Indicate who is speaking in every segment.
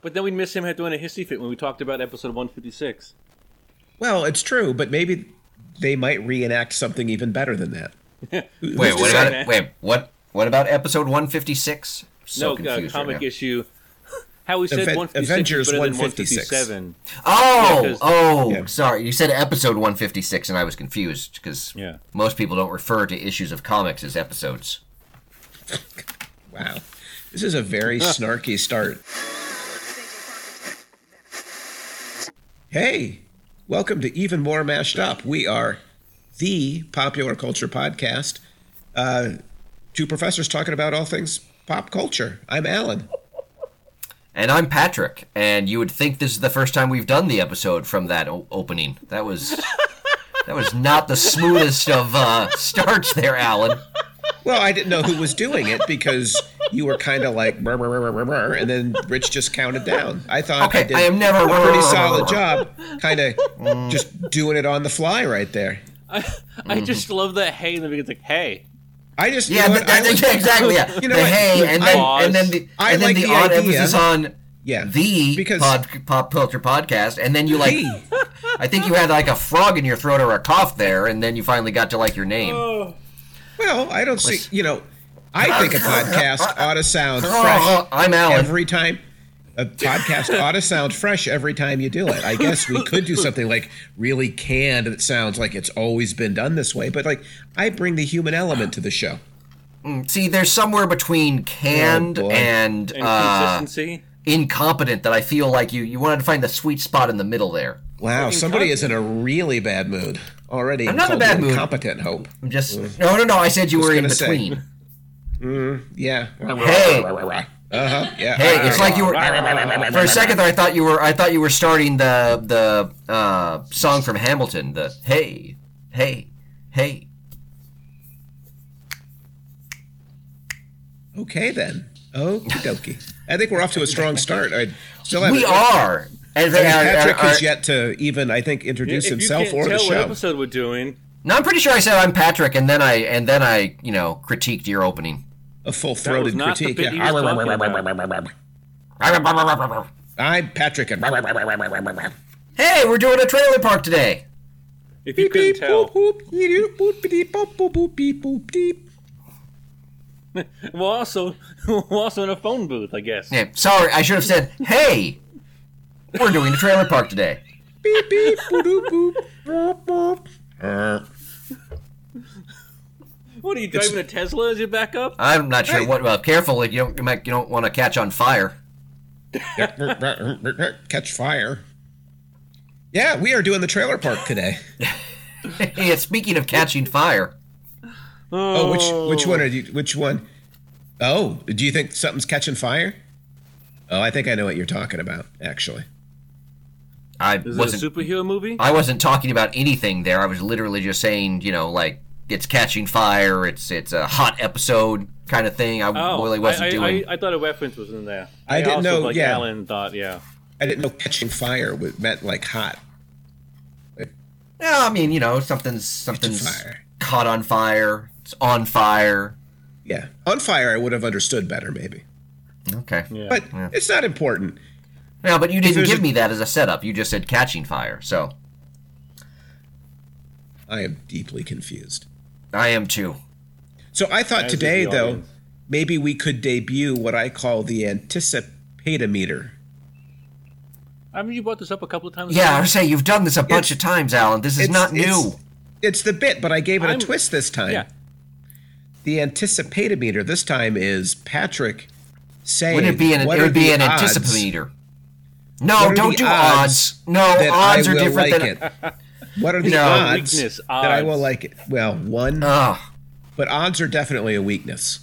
Speaker 1: But then we'd miss him doing a hissy fit when we talked about episode 156.
Speaker 2: Well, it's true, but maybe they might reenact something even better than that.
Speaker 3: Wait, what
Speaker 1: that,
Speaker 3: about
Speaker 1: man?
Speaker 3: wait what what about episode one fifty six? So
Speaker 1: no, uh,
Speaker 3: confused right
Speaker 1: comic
Speaker 3: now.
Speaker 1: issue. How we said
Speaker 2: Aven-
Speaker 1: 156
Speaker 2: Avengers
Speaker 1: is better
Speaker 2: 156.
Speaker 1: than 157.
Speaker 3: Oh,
Speaker 1: Yeah, 'cause-
Speaker 3: oh,
Speaker 2: Yeah.
Speaker 3: sorry. You said episode 156, and I was confused because
Speaker 1: Yeah.
Speaker 3: most people don't refer to issues of comics as episodes.
Speaker 2: Wow. This is a very snarky start. Hey, welcome to Even More Mashed Up. We are the popular culture podcast. Uh, two professors talking about all things pop culture. I'm Alan.
Speaker 3: And I'm Patrick, and you would think this is the first time we've done the episode from that o- opening. That was that was not the smoothest of uh, starts there, Alan.
Speaker 2: Well, I didn't know who was doing it because you were kind of like, "Brr, brr, brr, brr, brr, brr," and then Rich just counted down. I thought I
Speaker 3: Okay,
Speaker 2: did
Speaker 3: I am never-
Speaker 2: a pretty solid job, kind of
Speaker 3: Mm.
Speaker 2: just doing it on the fly right there. Mm-hmm.
Speaker 1: I just love that hey in the beginning. It's like, hey.
Speaker 2: I just you
Speaker 3: Yeah,
Speaker 2: know
Speaker 3: th-
Speaker 2: what, I
Speaker 3: th-
Speaker 2: was-
Speaker 3: yeah, exactly. Yeah,
Speaker 2: You know
Speaker 3: the
Speaker 2: what?
Speaker 3: hey, and
Speaker 1: I-
Speaker 3: then and then the
Speaker 2: I
Speaker 3: and then
Speaker 2: like
Speaker 3: the,
Speaker 2: the
Speaker 3: odd
Speaker 2: idea.
Speaker 3: emphasis on
Speaker 2: Yeah,
Speaker 3: the
Speaker 2: because-
Speaker 3: pod, pop culture podcast, and then you like,
Speaker 2: The.
Speaker 3: I think you had like a frog in your throat or a cough there, and then you finally got to like your name.
Speaker 2: Oh. Well, I don't see. You know, I think a podcast ought to sound fresh
Speaker 3: Oh, I'm Alan.
Speaker 2: every time. A podcast ought to sound fresh every time you do it. I guess we could do something like really canned that sounds like it's always been done this way, but like I bring the human element to the show.
Speaker 3: See, there's somewhere between canned
Speaker 2: Oh, boy.
Speaker 3: and,
Speaker 1: And
Speaker 3: uh,
Speaker 1: consistency.
Speaker 3: incompetent that I feel like you you wanted to find the sweet spot in the middle there.
Speaker 2: Wow, somebody is in a really bad mood already.
Speaker 3: I'm not in a bad mood.
Speaker 2: Competent hope.
Speaker 3: I'm just no, no, no. I said you were in
Speaker 2: Mm. gonna say.
Speaker 3: between.
Speaker 2: Yeah.
Speaker 3: Hey.
Speaker 2: Uh huh. Yeah.
Speaker 3: Hey, it's like you were for a second there. I thought you were. I thought you were starting the the uh, song from Hamilton. The hey, hey, hey.
Speaker 2: Okay then. Okie dokie. I think we're off to a strong start. I still haven't-
Speaker 3: We are. And,
Speaker 2: And
Speaker 3: and-
Speaker 2: Patrick
Speaker 3: and-
Speaker 2: has yet to even, I think, introduce
Speaker 1: If you
Speaker 2: himself
Speaker 1: can't
Speaker 2: or
Speaker 1: tell
Speaker 2: the
Speaker 1: what
Speaker 2: show.
Speaker 1: episode we're doing,
Speaker 3: no, I'm pretty sure I said I'm Patrick, and then I and then I you know critiqued your opening.
Speaker 2: A
Speaker 1: that was
Speaker 2: full-throated
Speaker 1: not
Speaker 2: critique.
Speaker 1: the bit
Speaker 2: yeah.
Speaker 1: he was talking about.
Speaker 2: I'm Patrick, and
Speaker 3: Hey, we're doing a trailer park today.
Speaker 1: If you couldn't tell. We're also, we're also in a phone booth, I guess.
Speaker 3: Yeah, sorry, I should have said, hey, we're doing a trailer park today.
Speaker 1: What are you driving a Tesla as you back
Speaker 2: Uh,
Speaker 1: up?
Speaker 3: I'm not sure what. Well, careful, you don't you, might, you don't want to catch on fire.
Speaker 2: Catch fire. Yeah, we are doing the trailer park today.
Speaker 3: yeah, speaking of catching fire,
Speaker 2: Oh, which which one are you? Which one? Oh, do you think something's catching fire? Oh, I think I know what you're talking about. Actually,
Speaker 3: I
Speaker 1: Is
Speaker 3: wasn't.
Speaker 1: it a superhero movie?
Speaker 3: I wasn't talking about anything there. I was literally just saying, you know, like it's catching fire. It's it's a hot episode kind of thing. I
Speaker 1: oh,
Speaker 3: really wasn't
Speaker 1: I, I,
Speaker 3: doing.
Speaker 1: I, I thought a reference was in there.
Speaker 2: I didn't
Speaker 1: also,
Speaker 2: know,
Speaker 1: Like
Speaker 2: yeah.
Speaker 1: Alan thought, yeah.
Speaker 2: I didn't know catching fire would- meant like hot. Like,
Speaker 3: yeah, I mean, you know, something's something's
Speaker 2: fire.
Speaker 3: caught on fire. It's on fire.
Speaker 2: Yeah, on fire. I would have understood better, maybe.
Speaker 3: Okay.
Speaker 1: Yeah.
Speaker 2: But it's not important.
Speaker 3: No, but you didn't
Speaker 2: there's
Speaker 3: give
Speaker 2: a-
Speaker 3: me that as a setup. You just said catching fire. So
Speaker 2: I am deeply confused.
Speaker 3: I am too.
Speaker 2: So I thought
Speaker 1: As is
Speaker 2: today,
Speaker 1: the
Speaker 2: though,
Speaker 1: audience.
Speaker 2: maybe we could debut what I call the anticipatometer.
Speaker 1: I mean, you brought this up a couple of times.
Speaker 3: Yeah, I was saying you've done this a bunch of times, Alan. This is
Speaker 2: It's-
Speaker 3: not
Speaker 2: it's-
Speaker 3: new.
Speaker 2: It's the bit, but I gave it a
Speaker 1: I'm-
Speaker 2: twist this time.
Speaker 1: Yeah.
Speaker 2: The anticipatometer this time is Patrick saying.
Speaker 3: Would it be an
Speaker 2: what
Speaker 3: it
Speaker 2: are
Speaker 3: would be
Speaker 2: the
Speaker 3: an
Speaker 2: odds
Speaker 3: anticipator?
Speaker 2: What
Speaker 3: No,
Speaker 2: are
Speaker 3: don't
Speaker 2: the
Speaker 3: do
Speaker 2: odds
Speaker 3: odds. No,
Speaker 2: that
Speaker 3: odds
Speaker 2: I
Speaker 3: are
Speaker 2: will
Speaker 3: different
Speaker 2: like
Speaker 3: than
Speaker 2: it? What are the
Speaker 3: No.
Speaker 2: odds,
Speaker 1: Weakness,
Speaker 2: that I will
Speaker 1: odds.
Speaker 2: like it? Well, one,
Speaker 3: Ugh.
Speaker 2: but odds are definitely a weakness.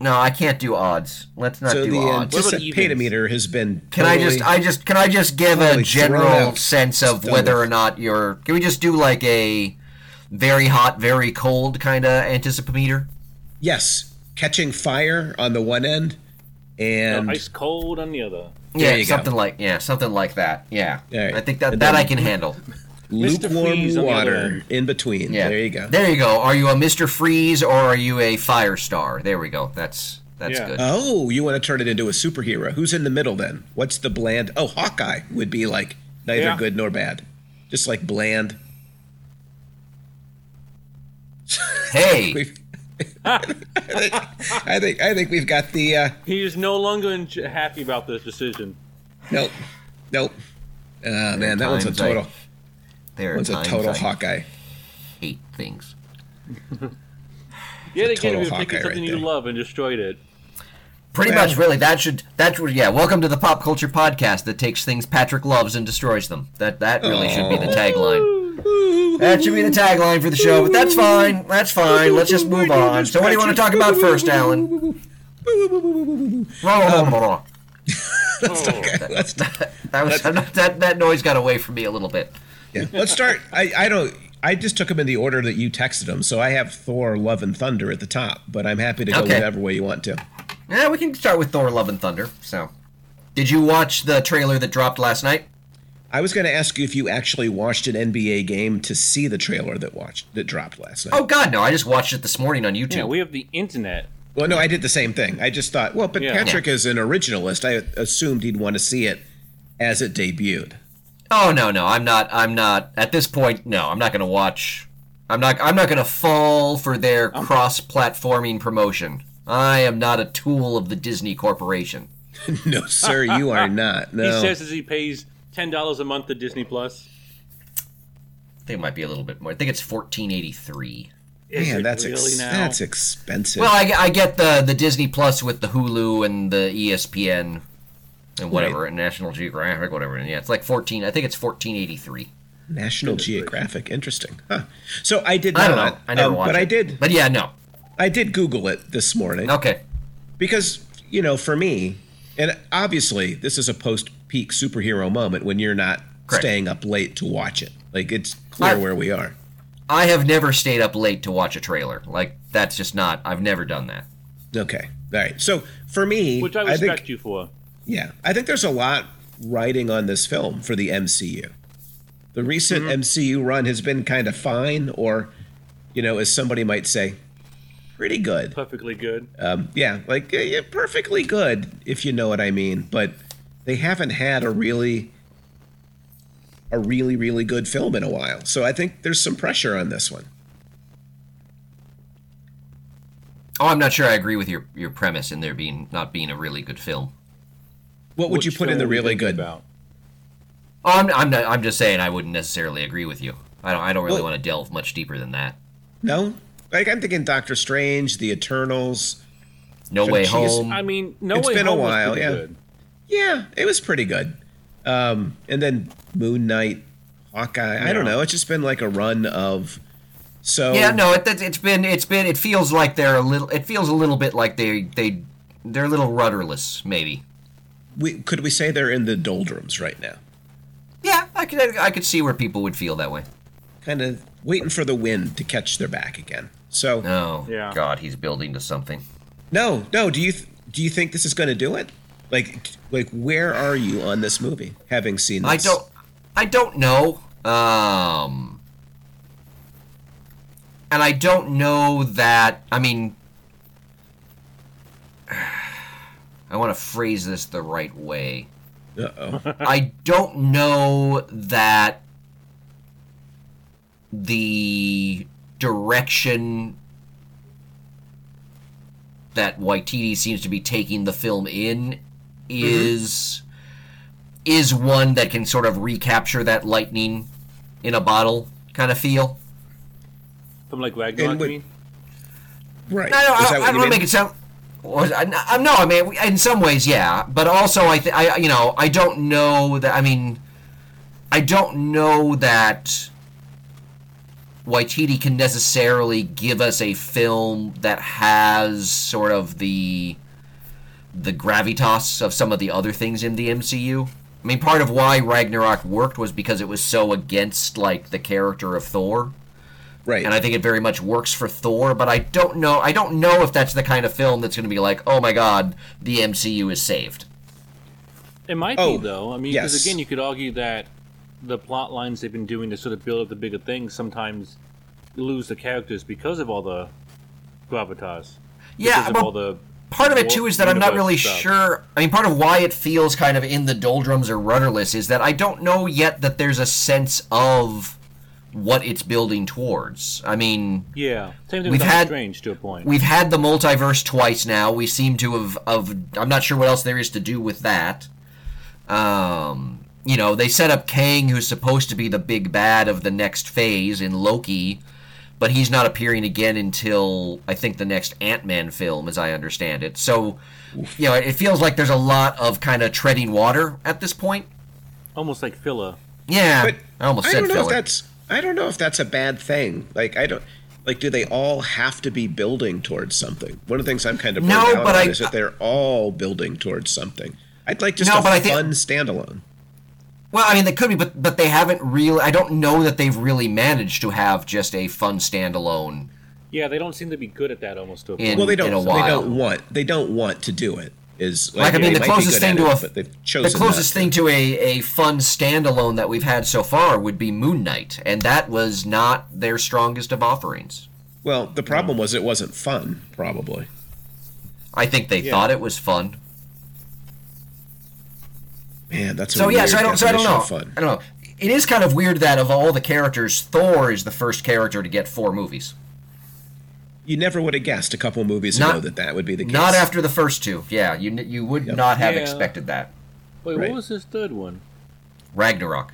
Speaker 3: Ah, no, I can't do odds. Let's not
Speaker 2: So
Speaker 3: do
Speaker 2: the
Speaker 3: odds.
Speaker 1: What about evens?
Speaker 2: anticipatometer has been.
Speaker 3: can I just
Speaker 2: totally-
Speaker 3: I just can I just give
Speaker 2: totally
Speaker 3: a
Speaker 2: thrown
Speaker 3: general
Speaker 2: out.
Speaker 3: sense of
Speaker 2: Done
Speaker 3: whether
Speaker 2: with.
Speaker 3: or not you're Can we just do like a very hot, very cold kind of anticipator?
Speaker 2: Yes, catching fire on the one end, and
Speaker 1: Ice cold on the other.
Speaker 3: Yeah,
Speaker 2: you go.
Speaker 3: something like yeah, something like that. Yeah.
Speaker 2: All right.
Speaker 3: I think that
Speaker 2: And
Speaker 3: that I
Speaker 2: then-
Speaker 3: can handle.
Speaker 1: Mr.
Speaker 2: lukewarm
Speaker 1: Freeze on the other
Speaker 2: water
Speaker 1: end.
Speaker 2: in between.
Speaker 3: Yeah.
Speaker 2: There you go.
Speaker 3: There you go. Are you a Mr. Freeze or are you a Firestar? There we go. That's That's
Speaker 1: Yeah.
Speaker 3: good.
Speaker 2: Oh, you want to turn it into a superhero? Who's in the middle then? What's the bland? Oh, Hawkeye would be like neither
Speaker 1: Yeah.
Speaker 2: good nor bad, just like bland.
Speaker 3: hey,
Speaker 2: We've, I think I think we've got the uh,
Speaker 1: He is no longer in- happy about this decision.
Speaker 2: nope, nope. Oh man, that one's a
Speaker 3: times I-
Speaker 2: total.
Speaker 3: there are
Speaker 2: one's a
Speaker 3: times
Speaker 2: total
Speaker 3: I
Speaker 2: Hawkeye.
Speaker 3: hate things.
Speaker 1: Yet
Speaker 2: It's a
Speaker 1: again,
Speaker 2: total
Speaker 1: we were
Speaker 2: Hawkeye
Speaker 1: picking something
Speaker 2: right
Speaker 1: you
Speaker 2: there.
Speaker 1: love and destroyed it.
Speaker 3: Pretty
Speaker 2: Well-
Speaker 3: much, really. That should that would yeah. Welcome to the pop culture podcast that takes things Patrick loves and destroys them. That that really should
Speaker 2: Oh.
Speaker 3: be the tagline. That should be the tagline for the show. But that's fine. That's fine. Let's just move on. So, what do you want to talk about first, Alan?
Speaker 1: Um,
Speaker 3: that
Speaker 2: Let's
Speaker 3: was I'm not, that that noise got away from me a little bit.
Speaker 2: yeah. Let's start. I, I don't. I just took them in the order that you texted them, so I have Thor, Love, and Thunder at the top. But I'm happy to go
Speaker 3: Okay.
Speaker 2: whatever way you want to.
Speaker 3: Yeah, we can start with Thor: Love and Thunder. So, did you watch the trailer that dropped last night?
Speaker 2: I was going to ask you if you actually watched an NBA game to see the trailer that watched that dropped last night.
Speaker 3: Oh God, no! I just watched it this morning on YouTube.
Speaker 1: Yeah, we have the internet.
Speaker 2: Well, no, I did the same thing. I just thought, well, but
Speaker 1: Yeah.
Speaker 2: Patrick is an originalist. I assumed he'd want to see it as it debuted.
Speaker 3: Oh no, no, I'm not. I'm not at this point. No, I'm not going to watch. I'm not. I'm not going to fall for their
Speaker 1: Um.
Speaker 3: cross-platforming promotion. I am not a tool of the Disney Corporation.
Speaker 2: no, sir, you are not. No.
Speaker 1: He says as he pays ten dollars a month to Disney Plus.
Speaker 3: I think it might be a little bit more. I think it's 1483.
Speaker 1: Is
Speaker 2: Man,
Speaker 1: it
Speaker 2: that's
Speaker 1: really
Speaker 2: ex-
Speaker 1: now?
Speaker 2: that's expensive.
Speaker 3: Well, I, I get the the Disney Plus with the Hulu and the E ESPN and whatever, and National Geographic, whatever. And yeah, it's like 14. I think it's 1483.
Speaker 2: National Geographic, interesting, huh? So I did not.
Speaker 3: I don't know. I never
Speaker 2: um,
Speaker 3: watched
Speaker 2: but
Speaker 3: it.
Speaker 2: I did.
Speaker 3: But yeah, no.
Speaker 2: I did Google it this morning
Speaker 3: Okay.
Speaker 2: because you know, for me, and obviously, this is a post-peak superhero moment when you're not
Speaker 3: Correct.
Speaker 2: staying up late to watch it. Like it's clear
Speaker 3: I-
Speaker 2: where we are.
Speaker 3: I have never stayed up late to watch a trailer. Like that's just not. I've never done that.
Speaker 2: Okay, all right. So for me,
Speaker 1: Which I
Speaker 2: I
Speaker 1: respect
Speaker 2: think
Speaker 1: you for.
Speaker 2: Yeah, I think there's a lot riding on this film for the MCU. The recent MCU run has been kind of fine, or, you know, as somebody might say, pretty good.
Speaker 1: Perfectly good.
Speaker 2: Um, yeah, like eh, yeah, perfectly good, if you know what I mean. But they haven't had a really, a really, really good film in a while. So I think there's some pressure on this one.
Speaker 3: Oh, I'm not sure. I agree with your your premise in there being not being a really good film.
Speaker 2: What would
Speaker 1: Which
Speaker 2: you put in
Speaker 1: film
Speaker 2: the
Speaker 1: are we
Speaker 2: really
Speaker 1: thinking
Speaker 2: good?
Speaker 1: About?
Speaker 3: Oh, I'm I'm not, I'm just saying I wouldn't necessarily agree with you. I don't I don't really
Speaker 2: Well-
Speaker 3: want to delve much deeper than that.
Speaker 2: No, like I'm thinking Doctor Strange, The Eternals.
Speaker 3: No way
Speaker 2: she's-
Speaker 3: home.
Speaker 1: I mean, no
Speaker 2: It's
Speaker 1: way
Speaker 2: been a
Speaker 1: Home was
Speaker 2: while,
Speaker 1: pretty
Speaker 2: yeah.
Speaker 1: good.
Speaker 2: Yeah, it was pretty good. Um, and then Moon Knight, Hawkeye. I don't
Speaker 1: Yeah.
Speaker 2: know. It's just been like a run of. So
Speaker 3: yeah, no, it, it, it's been it's been it feels like they're a little. It feels a little bit like they they they're a little rudderless, maybe.
Speaker 2: we, could we say they're in the doldrums right now?
Speaker 3: Yeah, I could I could see where people would feel that way.
Speaker 2: Kind of waiting for the wind to catch their back again. So
Speaker 3: Oh,
Speaker 1: Yeah.
Speaker 3: God, he's building to something.
Speaker 2: no, no. Do you th- do you think this is going to do it? Like like where are you on this movie? Having seen this,
Speaker 3: I don't I don't know. Um and I don't know that I mean I want to phrase this the right way.
Speaker 2: Uh oh.
Speaker 3: I don't know that the direction that Waititi seems to be taking the film in is is one that can sort of recapture that lightning in a bottle kind of feel.
Speaker 1: From like Ragnarok,
Speaker 2: And
Speaker 1: you
Speaker 2: with-
Speaker 1: mean?
Speaker 2: Right.
Speaker 3: No, no,
Speaker 2: Is that what
Speaker 3: I, I
Speaker 2: you
Speaker 3: don't want to
Speaker 2: mean?
Speaker 3: make it sound. or- I, I, no, I mean, in some ways, yeah, but also, I, th- I, you know, I don't know that. I mean, I don't know that Waititi can necessarily give us a film that has sort of the the gravitas of some of the other things in the MCU. I mean, part of why Ragnarok worked was because it was so against like the character of Thor
Speaker 2: right.
Speaker 3: and I think it very much works for Thor. But I don't know. I don't know if that's the kind of film that's going to be like, oh my god, the MCU is saved.
Speaker 1: It might
Speaker 2: Oh,
Speaker 1: be though. I mean, because
Speaker 2: yes.
Speaker 1: again, you could argue that the plot lines they've been doing to sort of build up the bigger things sometimes lose the characters because of all the gravitas, because
Speaker 3: Yeah,
Speaker 1: of all
Speaker 3: but,
Speaker 1: the
Speaker 3: part of it too is that I'm not
Speaker 1: Universe
Speaker 3: really
Speaker 1: stuff.
Speaker 3: sure. I mean, part of why it feels kind of in the doldrums or rudderless is that I don't know yet that there's a sense of what it's building towards. I mean,
Speaker 1: Yeah, same thing.
Speaker 3: We've
Speaker 1: with Doctor
Speaker 3: had-
Speaker 1: Strange to a point.
Speaker 3: we've had the multiverse twice now. We seem to have of I'm not sure what else there is to do with that. Um, you know, they set up Kang who's supposed to be the big bad of the next phase in Loki, but he's not appearing again until I think the next Ant-Man film as I understand it. So, you know, it feels like there's a lot of kind of treading water at this point.
Speaker 1: Almost like filler.
Speaker 3: Yeah.
Speaker 2: But
Speaker 3: I almost
Speaker 2: I
Speaker 3: said
Speaker 2: don't know
Speaker 3: filler.
Speaker 2: if that's I don't know if that's a bad thing. Like I don't like do they all have to be building towards something? One of the things I'm kind of
Speaker 3: No,
Speaker 2: burned out
Speaker 3: but
Speaker 2: on
Speaker 3: I-
Speaker 2: is that they're all building towards something. I'd like just
Speaker 3: No,
Speaker 2: a
Speaker 3: but I think-
Speaker 2: fun standalone.
Speaker 3: Well, I mean, they could be, but but they haven't really. I don't know that they've really managed to have just a fun standalone.
Speaker 1: Yeah, they don't seem to be good at that almost to a
Speaker 3: In-
Speaker 1: point.
Speaker 2: Well, they
Speaker 3: a
Speaker 2: don't. They
Speaker 3: while.
Speaker 2: don't want. They don't want to do it. Is
Speaker 3: Like, I
Speaker 2: they
Speaker 3: mean, the
Speaker 2: might be
Speaker 3: closest
Speaker 2: good
Speaker 3: thing
Speaker 2: at it,
Speaker 3: to a
Speaker 2: but they've
Speaker 3: The
Speaker 2: chosen
Speaker 3: closest
Speaker 2: not
Speaker 3: thing to a, a fun standalone that we've had so far would be Moon Knight, and that was not their strongest of offerings.
Speaker 2: to. Well, the problem was it wasn't fun. Probably.
Speaker 3: I think they
Speaker 1: Yeah.
Speaker 3: thought it was fun.
Speaker 2: Man, that's a
Speaker 3: So yeah,
Speaker 2: weird
Speaker 3: so I don't, so I don't know.
Speaker 2: definition of
Speaker 3: I don't know. It is kind of weird that of all the characters, Thor is the first character to get four movies.
Speaker 2: You never would have guessed a couple movies
Speaker 3: Not-
Speaker 2: ago that that would be the case.
Speaker 3: Not after the first two. Yeah, you n- you would not have
Speaker 1: Yeah.
Speaker 3: expected that.
Speaker 1: Wait,
Speaker 2: Right.
Speaker 1: what was his third one?
Speaker 3: Ragnarok.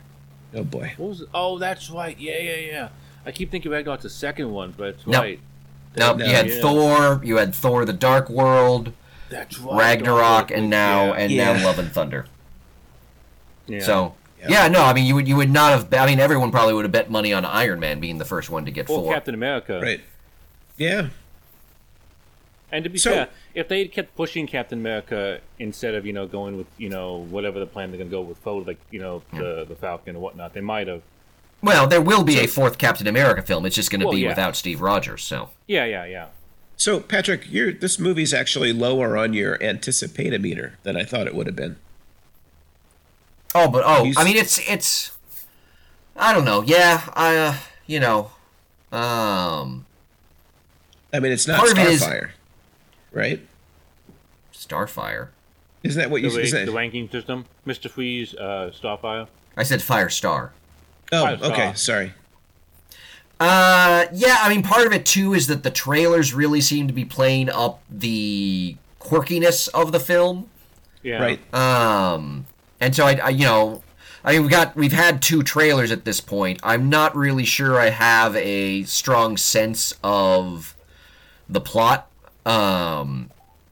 Speaker 2: Oh boy.
Speaker 1: What was? Oh, that's right. Yeah, yeah, yeah. I keep thinking Ragnarok's the second one, but that's
Speaker 3: No.
Speaker 1: right.
Speaker 3: No,
Speaker 2: No,
Speaker 3: you had
Speaker 1: yeah.
Speaker 3: Thor, you had Thor: The Dark World,
Speaker 1: That's right.
Speaker 3: Ragnarok, and now
Speaker 1: Yeah.
Speaker 3: and
Speaker 2: Yeah.
Speaker 3: now Love and Thunder.
Speaker 1: Yeah.
Speaker 3: So
Speaker 2: Yeah.
Speaker 3: yeah, no, I mean you would you would not have. bet- I mean everyone probably would have bet money on Iron Man being the first one to get
Speaker 1: or
Speaker 3: four.
Speaker 1: Captain America.
Speaker 2: Right. Yeah.
Speaker 1: And to be
Speaker 2: So-
Speaker 1: fair, if they had kept pushing Captain America instead of you know going with you know whatever the plan they're gonna go with, forward, like you know
Speaker 3: Hmm.
Speaker 1: the the Falcon and whatnot, they might have.
Speaker 3: Well, there will be a fourth Captain America film. It's just going to
Speaker 1: Well,
Speaker 3: be
Speaker 1: yeah.
Speaker 3: without Steve Rogers. So
Speaker 1: Yeah, yeah, yeah.
Speaker 2: So Patrick, you're, this movie's actually lower on your anticipated meter than I thought it would have been.
Speaker 3: oh, but oh,
Speaker 2: He's-
Speaker 3: I mean it's it's. I don't know. Yeah, I uh, you know, um,
Speaker 2: I mean, it's not
Speaker 3: Part of it is-
Speaker 2: Starfire, right?
Speaker 3: Starfire.
Speaker 2: Isn't that what
Speaker 1: The,
Speaker 2: you
Speaker 1: ra-
Speaker 2: said?
Speaker 1: the ranking system, Mister Freeze, uh, Starfire.
Speaker 3: I said Firestar.
Speaker 2: oh,
Speaker 1: Five star.
Speaker 2: okay. Sorry.
Speaker 3: Uh, yeah, I mean, part of it too is that the trailers really seem to be playing up the quirkiness of the film.
Speaker 1: Yeah.
Speaker 2: Right.
Speaker 3: Um, and so I, I you know, I mean, we've got we've had two trailers at this point. I'm not really sure I have a strong sense of the plot. Um,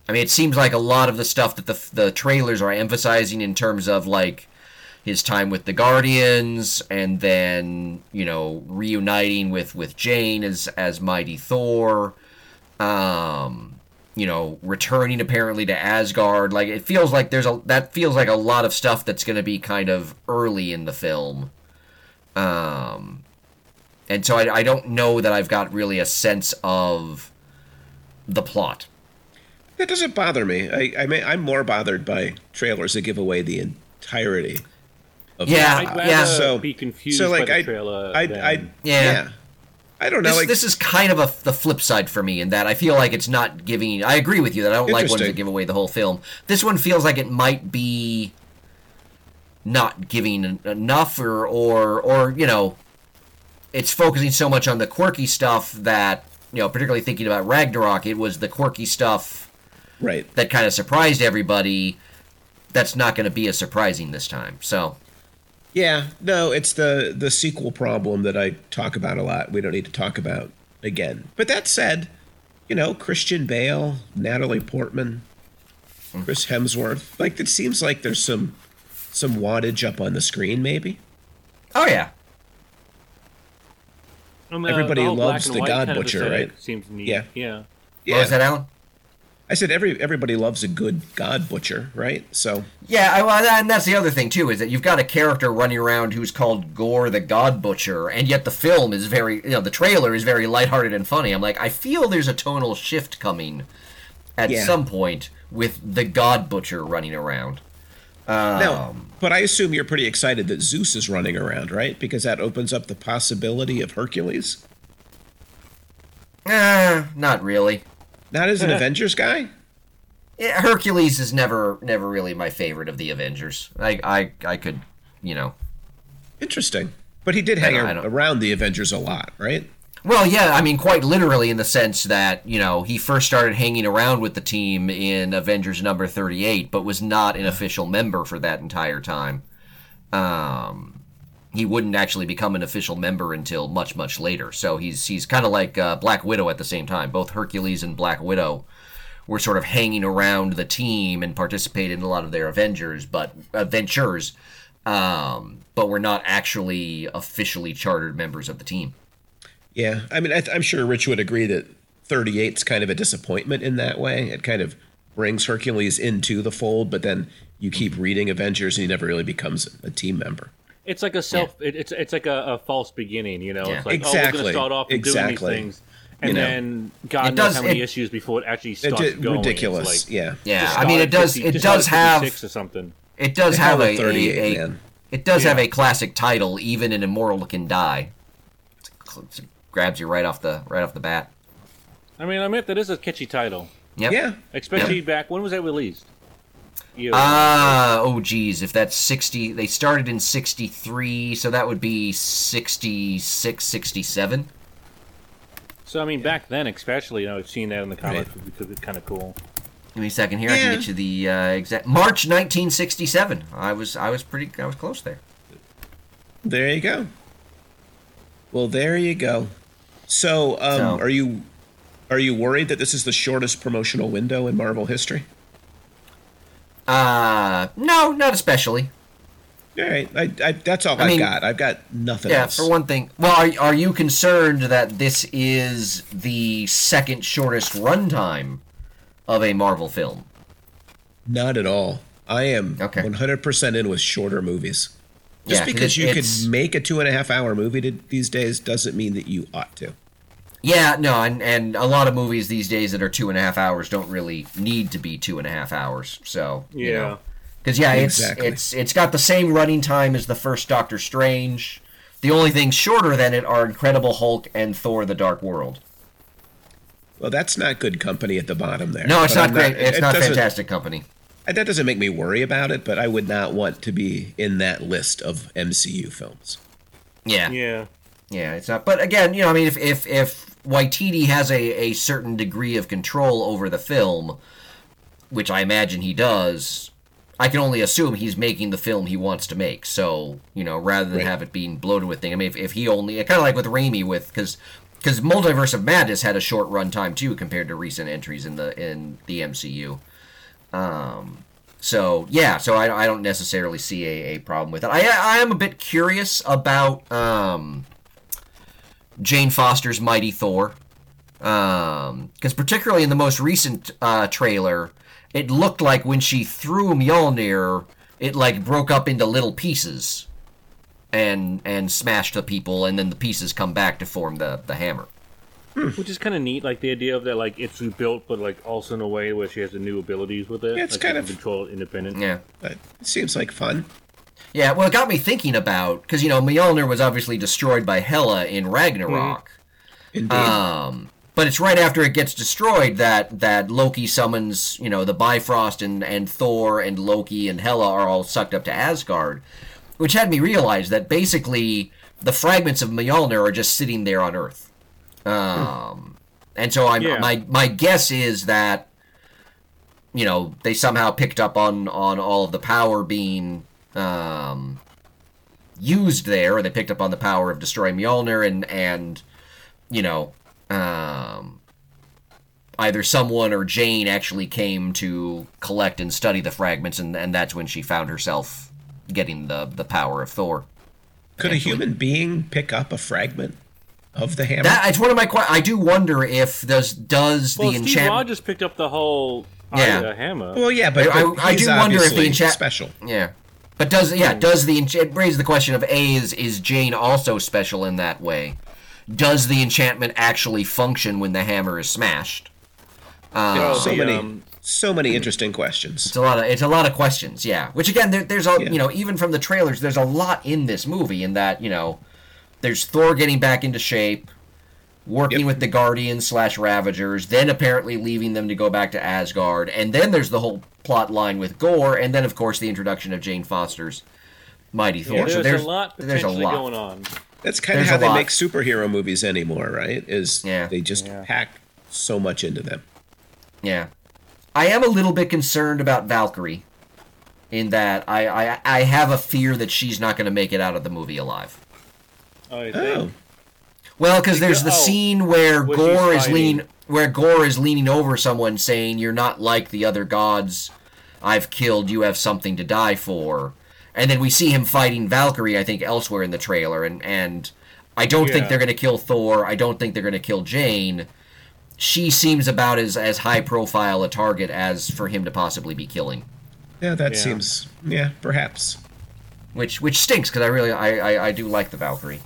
Speaker 3: I mean, it seems like a lot of the stuff that the the trailers are emphasizing in terms of like his time with the Guardians, and then you know reuniting with with Jane as as Mighty Thor. Um, you know, returning apparently to Asgard. Like it feels like there's a that feels like a lot of stuff that's going to be kind of early in the film. Um, and so I, I don't know that I've got really a sense of the plot.
Speaker 2: That doesn't bother me. I, I mean, I'm more bothered by trailers that give away the entirety. Of
Speaker 3: Yeah,
Speaker 1: I'd rather
Speaker 3: yeah.
Speaker 2: So-
Speaker 1: be
Speaker 2: The
Speaker 1: confused
Speaker 2: so like
Speaker 1: by the
Speaker 2: I,
Speaker 1: trailer.
Speaker 2: I,
Speaker 1: than-
Speaker 2: I,
Speaker 3: Yeah.
Speaker 2: yeah. I don't know.
Speaker 3: This,
Speaker 2: like
Speaker 3: this is kind of a the flip side for me in that I feel like it's not giving. I agree with you that I don't like ones that
Speaker 2: Interesting.
Speaker 3: give away the whole film. This one feels like it might be not giving en- enough, or or or you know, it's focusing so much on the quirky stuff that you know, particularly thinking about Ragnarok, it was the quirky stuff
Speaker 2: right.
Speaker 3: that kind of surprised everybody. That's not going to be as surprising this time. So
Speaker 2: Yeah. No, it's the the sequel problem that I talk about a lot. We don't need to talk about again. But that said, you know, Christian Bale, Natalie Portman,
Speaker 3: Hmm.
Speaker 2: Chris Hemsworth. Like it seems like there's some some wattage up on the screen, maybe.
Speaker 3: oh yeah,
Speaker 1: I mean,
Speaker 2: everybody
Speaker 1: whole black
Speaker 2: loves
Speaker 1: and
Speaker 2: the
Speaker 1: white
Speaker 2: God
Speaker 1: kind of
Speaker 2: Butcher,
Speaker 1: aesthetic
Speaker 2: right?
Speaker 1: Seems neat.
Speaker 2: Yeah.
Speaker 1: Yeah.
Speaker 2: Yeah.
Speaker 3: what was that, Alan?
Speaker 2: I said every everybody loves a good God butcher, right? So
Speaker 3: Yeah, I, well, and that's the other thing too is that you've got a character running around who's called Gore the God Butcher, and yet the film is very, you know, the trailer is very lighthearted and funny. I'm like, I feel there's a tonal shift coming at
Speaker 2: Yeah.
Speaker 3: some point with the God Butcher running around.
Speaker 2: now,
Speaker 3: Um.
Speaker 2: but I assume you're pretty excited that Zeus is running around, right? Because that opens up the possibility of Hercules.
Speaker 3: Eh, not really. Eh.
Speaker 2: Not as an Avengers guy.
Speaker 3: yeah, Hercules is never never really my favorite of the Avengers. I I, I could, you know.
Speaker 2: Interesting. But he did hang
Speaker 3: don't- I
Speaker 2: ar-
Speaker 3: don't-
Speaker 2: around the Avengers a lot, right?
Speaker 3: Well, yeah, I mean, quite literally in the sense that you know he first started hanging around with the team in Avengers number thirty eight, but was not an official member for that entire time. Um, he wouldn't actually become an official member until much much later. So he's he's kind of like uh, Black Widow at the same time. Both Hercules and Black Widow were sort of hanging around the team and participated in a lot of their Avengers, but adventures, um, but were not actually officially chartered members of the team.
Speaker 2: Yeah. I mean, I th- I'm sure Rich would agree that 38's kind of a disappointment in that way. It kind of brings Hercules into the fold, but then you keep reading Avengers and he never really becomes a team member.
Speaker 1: It's like a self. It, it's it's like a, a false beginning. You know,
Speaker 3: Yeah.
Speaker 1: it's like oh, we're
Speaker 2: Exactly.
Speaker 1: gonna start off and
Speaker 2: Exactly.
Speaker 1: doing these things, and
Speaker 2: You know.
Speaker 1: then God
Speaker 3: It
Speaker 1: knows
Speaker 3: does-
Speaker 1: how many
Speaker 3: it-
Speaker 1: issues before it actually
Speaker 2: It's
Speaker 1: starts
Speaker 2: just
Speaker 1: going. It's
Speaker 2: ridiculous.
Speaker 1: like-
Speaker 2: yeah.
Speaker 3: Yeah,
Speaker 1: just
Speaker 3: I mean,
Speaker 1: start
Speaker 3: it
Speaker 1: at
Speaker 3: does.
Speaker 1: 50
Speaker 3: It
Speaker 1: just start
Speaker 3: does
Speaker 1: at
Speaker 3: have.
Speaker 1: 56 or something.
Speaker 3: It does
Speaker 2: Hell
Speaker 3: have
Speaker 2: with
Speaker 3: a,
Speaker 2: 38,
Speaker 3: a, a
Speaker 2: man.
Speaker 3: it does have
Speaker 1: Yeah.
Speaker 3: a classic title. Even an immortal can die. It grabs you right off the right off the bat.
Speaker 1: I mean, I meant that is a catchy title,
Speaker 3: Yep.
Speaker 2: Yeah.
Speaker 1: especially back when was that released? You,
Speaker 3: Ah, oh geez, if that's 60, they started in 63, so that would be 66, 67.
Speaker 1: so I mean, back then especially, you know, I've seen that in the comics because it's kind of cool.
Speaker 3: Give me a second here. I
Speaker 2: Yeah.
Speaker 3: can get you the uh, exact March 1967. I was I was pretty I was close there.
Speaker 2: There you go. Well, there you go. So, um,
Speaker 3: So-
Speaker 2: are you are you worried that this is the shortest promotional window in Marvel history?
Speaker 3: Uh, no, not especially.
Speaker 2: All right, I, I, that's all I
Speaker 3: I
Speaker 2: have
Speaker 3: mean-
Speaker 2: got. I've got nothing
Speaker 3: Yeah,
Speaker 2: else.
Speaker 3: for one thing. Well, are, are you concerned that this is the second shortest runtime of a Marvel film?
Speaker 2: Not at all. I am
Speaker 3: Okay.
Speaker 2: 100% in with shorter movies. Just
Speaker 3: Yeah, 'cause
Speaker 2: because
Speaker 3: it's-
Speaker 2: you could
Speaker 3: it's-
Speaker 2: make a two and a half hour movie to, these days doesn't mean that you ought to.
Speaker 3: Yeah, no, and, and a lot of movies these days that are two and a half hours don't really need to be two and a half hours. So you
Speaker 1: Yeah.
Speaker 3: know. Because yeah, it's
Speaker 2: Exactly.
Speaker 3: it's it's got the same running time as the first Doctor Strange. The only things shorter than it are Incredible Hulk and Thor: The Dark World.
Speaker 2: Well, that's not good company at the bottom there.
Speaker 3: No, it's
Speaker 2: But
Speaker 3: not
Speaker 2: I'm
Speaker 3: great. it's
Speaker 2: it
Speaker 3: not
Speaker 2: doesn't-
Speaker 3: fantastic company.
Speaker 2: That doesn't make me worry about it, but I would not want to be in that list of MCU films.
Speaker 3: Yeah. yeah,
Speaker 1: Yeah,
Speaker 3: it's not. But again, you know, I mean, if if if Waititi has a a certain degree of control over the film, which I imagine he does, I can only assume he's making the film he wants to make. So you know, rather than
Speaker 2: Right.
Speaker 3: have it being bloated with thing, I mean, if, if he only kind of like with Raimi with because because Multiverse of Madness had a short run time too compared to recent entries in the in the MCU. Um, so yeah, so I, I don't necessarily see a, a problem with it. I I am a bit curious about um, Jane Foster's Mighty Thor because particularly in the most recent uh, trailer, it looked like when she threw Mjolnir, it like broke up into little pieces, and and smashed the people, and then the pieces come back to form the the hammer.
Speaker 1: which is kind of neat. Like the idea of that, like it's rebuilt, but like also in a way where she has the new abilities with it.
Speaker 2: Yeah, it's
Speaker 1: like,
Speaker 2: kind
Speaker 1: she
Speaker 2: of-
Speaker 1: can control it independent.
Speaker 3: Yeah.
Speaker 2: But it seems like fun.
Speaker 3: Yeah, well, it got me thinking about because you know Mjolnir was obviously destroyed by Hela in Ragnarok,
Speaker 2: Indeed.
Speaker 3: Um, but it's right after it gets destroyed that that Loki summons, you know, the Bifrost and and Thor and Loki and Hela are all sucked up to Asgard, which had me realize that basically the fragments of Mjolnir are just sitting there on Earth. Um, and so I'm,
Speaker 1: Yeah.
Speaker 3: my my guess is that you know they somehow picked up on on all of the power being um, used there, and they picked up on the power of destroying Mjolnir and and you know, um, either someone or Jane actually came to collect and study the fragments, and, and that's when she found herself getting the, the power of Thor.
Speaker 2: Could a human being pick up a fragment of the hammer?
Speaker 3: That it's one of my que- I do wonder if does does
Speaker 1: Well,
Speaker 3: the
Speaker 1: Steve
Speaker 3: enchantment.
Speaker 1: Rogers picked up the whole
Speaker 3: Yeah.
Speaker 1: Ida hammer.
Speaker 2: well, yeah, but
Speaker 3: I- I-
Speaker 2: but
Speaker 3: I
Speaker 2: he's
Speaker 3: do wonder if the
Speaker 2: obviously
Speaker 3: enchant-
Speaker 2: special.
Speaker 3: Yeah, but does yeah does the encha- it raises the question of a is is Jane also special in that way? Does the enchantment actually function when the hammer is smashed?
Speaker 1: Oh,
Speaker 2: so
Speaker 1: the,
Speaker 2: many,
Speaker 1: um,
Speaker 2: so many interesting questions.
Speaker 3: It's a lot of it's a lot of questions, yeah. Which again, there, there's a
Speaker 2: Yeah.
Speaker 3: you know even from the trailers, there's a lot in this movie in that you know there's Thor getting back into shape, working
Speaker 2: Yep.
Speaker 3: with the Guardians slash Ravagers, then apparently leaving them to go back to Asgard, and then there's the whole plot line with Gore, and then of course the introduction of Jane Foster's Mighty Thor.
Speaker 1: Yeah, there's,
Speaker 3: so there's
Speaker 1: a lot
Speaker 3: there's a
Speaker 1: potentially
Speaker 3: lot.
Speaker 1: going on.
Speaker 2: That's kind of
Speaker 3: There's
Speaker 2: how
Speaker 3: a
Speaker 2: they
Speaker 3: lot.
Speaker 2: make superhero movies anymore, right? Is
Speaker 3: Yeah.
Speaker 2: they just
Speaker 1: Yeah.
Speaker 2: pack so much into them.
Speaker 3: Yeah. I am a little bit concerned about Valkyrie in that I, I, I have a fear that she's not going to make it out of the movie alive.
Speaker 1: Oh, you think?
Speaker 2: Oh,
Speaker 3: Well, because there's the
Speaker 1: Oh,
Speaker 3: scene where
Speaker 1: when
Speaker 3: Gore
Speaker 1: she's
Speaker 3: is
Speaker 1: fighting.
Speaker 3: leaning where Gore is leaning over someone saying, "You're not like the other gods I've killed. You have something to die for." And then we see him fighting Valkyrie. I think elsewhere in the trailer, and and I don't think
Speaker 1: Yeah.
Speaker 3: they're going to kill Thor. I don't think they're going to kill Jane. She seems about as as high profile a target as for him to possibly be killing,
Speaker 2: yeah, that
Speaker 1: Yeah.
Speaker 2: seems yeah, perhaps.
Speaker 3: which which stinks because I really I, I I do like the Valkyrie.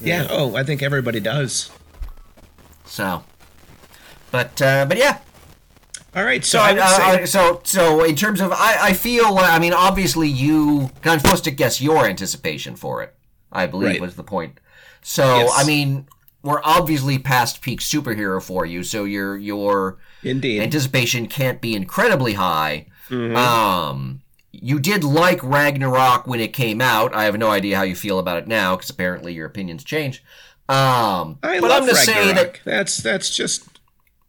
Speaker 2: Yeah. Oh, I think everybody does.
Speaker 3: So, but uh, but yeah,
Speaker 2: All right. So,
Speaker 3: So,
Speaker 2: I
Speaker 3: I,
Speaker 2: would
Speaker 3: I-
Speaker 2: say,
Speaker 3: I- so, so in terms of, I, I feel, like- I mean, obviously you, 'cause I'm supposed to guess your anticipation for it, I believe
Speaker 2: Right.
Speaker 3: was the point. So,
Speaker 2: Yes.
Speaker 3: I mean, we're obviously past peak superhero for you, so your, your
Speaker 2: indeed.
Speaker 3: anticipation can't be incredibly high.
Speaker 2: Mm-hmm.
Speaker 3: Um, you did like Ragnarok when it came out. I have no idea how you feel about it now, because apparently your opinions change. Um,
Speaker 2: I
Speaker 3: but
Speaker 2: love
Speaker 3: I'm gonna say
Speaker 2: Ragnarok.
Speaker 3: that
Speaker 2: That's that's just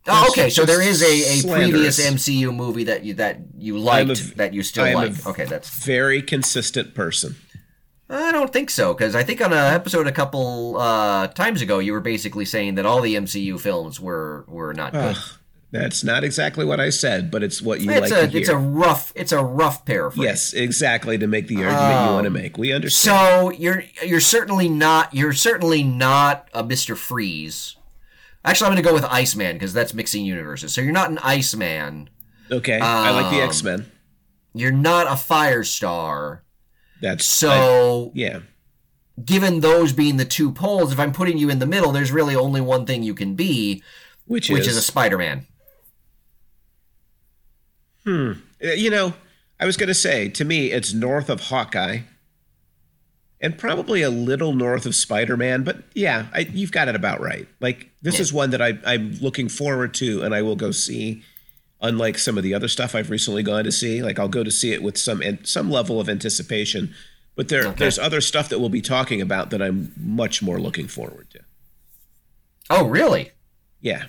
Speaker 3: Oh,
Speaker 2: That's
Speaker 3: okay. So
Speaker 2: just
Speaker 3: there is a, a previous
Speaker 2: slanderous.
Speaker 3: MCU movie that you that you liked
Speaker 2: I'm a-
Speaker 3: that you still
Speaker 2: I am a-
Speaker 3: like. okay, that's.
Speaker 2: very consistent person.
Speaker 3: I don't think so because I think on an episode a couple uh, times ago you were basically saying that all the MCU films were were not good.
Speaker 2: That's not exactly what I said, but it's what you
Speaker 3: it's
Speaker 2: like to
Speaker 3: a
Speaker 2: hear.
Speaker 3: it's a rough it's a rough paraphrase.
Speaker 2: yes, exactly to make the argument you
Speaker 3: Um,
Speaker 2: want to make. We understand.
Speaker 3: So you're you're certainly not you're certainly not a Mister Freeze. Actually, I'm going to go with Iceman because that's mixing universes. So you're not an Iceman.
Speaker 2: okay, I like
Speaker 3: um,
Speaker 2: the X Men.
Speaker 3: You're not a Firestar.
Speaker 2: That's I-
Speaker 3: So
Speaker 2: yeah.
Speaker 3: given those being the two poles, if I'm putting you in the middle, there's really only one thing you can be,
Speaker 2: Which,
Speaker 3: which
Speaker 2: is,
Speaker 3: is a Spider-Man.
Speaker 2: Uh, you know, I was going to say to me, it's north of Hawkeye, and probably a little north of Spider Man. But yeah, I, you've got it about right. Like this
Speaker 3: Yeah.
Speaker 2: is one that I, I'm looking forward to, and I will go see. Unlike some of the other stuff I've recently gone to see, like I'll go to see it with some an- some level of anticipation. But there, there's other stuff that we'll be talking about that I'm much more looking forward to.
Speaker 3: Oh, really?
Speaker 2: Yeah.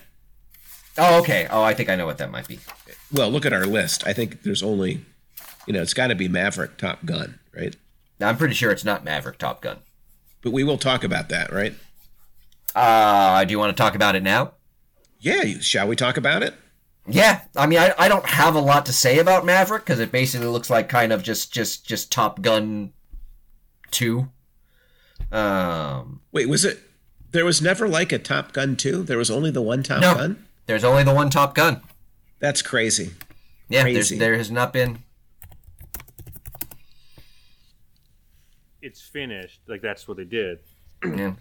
Speaker 3: Oh, okay. Oh, I think I know what that might be.
Speaker 2: Well, look at our list. I think there's only, you know, it's got to be Maverick, Top Gun, right?
Speaker 3: Now, I'm pretty sure it's not Maverick Top Gun.
Speaker 2: But we will talk about that, right?
Speaker 3: Uh, do you want to talk about it now?
Speaker 2: Yeah, you- shall we talk about it?
Speaker 3: Yeah, I mean, I, I don't have a lot to say about Maverick because it basically looks like kind of just just just Top Gun two. Um,
Speaker 2: Wait, was it? There was never like a Top Gun 2? There was only the one Top
Speaker 3: No.
Speaker 2: Gun?
Speaker 3: there's only the one Top Gun.
Speaker 2: That's crazy.
Speaker 3: Yeah, there's,
Speaker 2: Crazy.
Speaker 3: there has not been.
Speaker 1: It's finished. Like that's what they did.
Speaker 3: Yeah.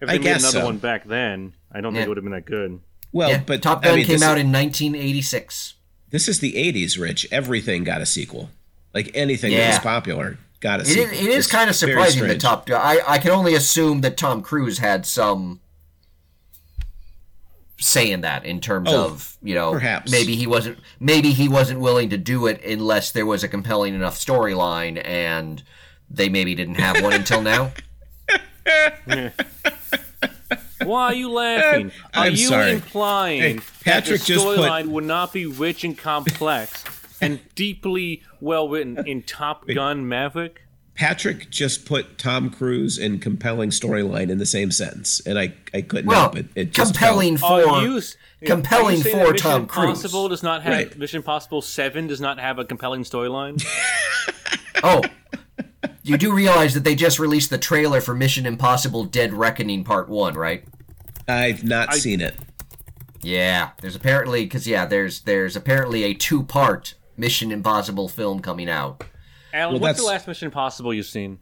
Speaker 1: If
Speaker 2: I
Speaker 1: they made
Speaker 2: guess
Speaker 1: another
Speaker 2: so.
Speaker 1: one back then, I don't think
Speaker 3: Yeah.
Speaker 1: it would have been that good.
Speaker 2: Well,
Speaker 3: yeah,
Speaker 2: Oh, but
Speaker 3: Top
Speaker 2: I
Speaker 3: Gun
Speaker 2: mean,
Speaker 3: came
Speaker 2: this,
Speaker 3: out in 1986.
Speaker 2: This is the 80s, Rich. Everything got a sequel. Like anything that
Speaker 3: Yeah.
Speaker 2: was popular got a
Speaker 3: It
Speaker 2: sequel.
Speaker 3: is, it is kind of
Speaker 2: very
Speaker 3: surprising that
Speaker 2: strange.
Speaker 3: Top Gun. I, I can only assume that Tom Cruise had some say in that in terms
Speaker 2: Oh,
Speaker 3: of you know
Speaker 2: perhaps.
Speaker 3: maybe he wasn't maybe he wasn't willing to do it unless there was a compelling enough storyline and they maybe didn't have one until now.
Speaker 1: Why are you laughing? Are
Speaker 2: I'm
Speaker 1: you
Speaker 2: sorry.
Speaker 1: implying
Speaker 2: Hey, Patrick
Speaker 1: that the
Speaker 2: just put-
Speaker 1: storyline would not be rich and complex and deeply well written in Top Gun Maverick?
Speaker 2: Patrick just put Tom Cruise and compelling storyline in the same sentence, and I, I couldn't
Speaker 3: Well,
Speaker 2: help it. It just
Speaker 3: compelling
Speaker 1: Are
Speaker 3: for
Speaker 1: you s- are
Speaker 3: compelling
Speaker 1: you saying
Speaker 3: for
Speaker 1: that Mission
Speaker 3: Tom Cruise.
Speaker 1: Impossible does not have
Speaker 2: Right.
Speaker 1: Mission Impossible Seven does not have a compelling storyline.
Speaker 3: oh. You do realize that they just released the trailer for Mission Impossible Dead Reckoning Part 1, right?
Speaker 2: Felt, I've not seen it.
Speaker 3: Yeah, there's apparently because yeah, there's there's apparently a two part Mission Impossible film coming out.
Speaker 1: Alan,
Speaker 2: Well,
Speaker 1: what's the
Speaker 2: that's-
Speaker 1: last Mission Impossible you've seen?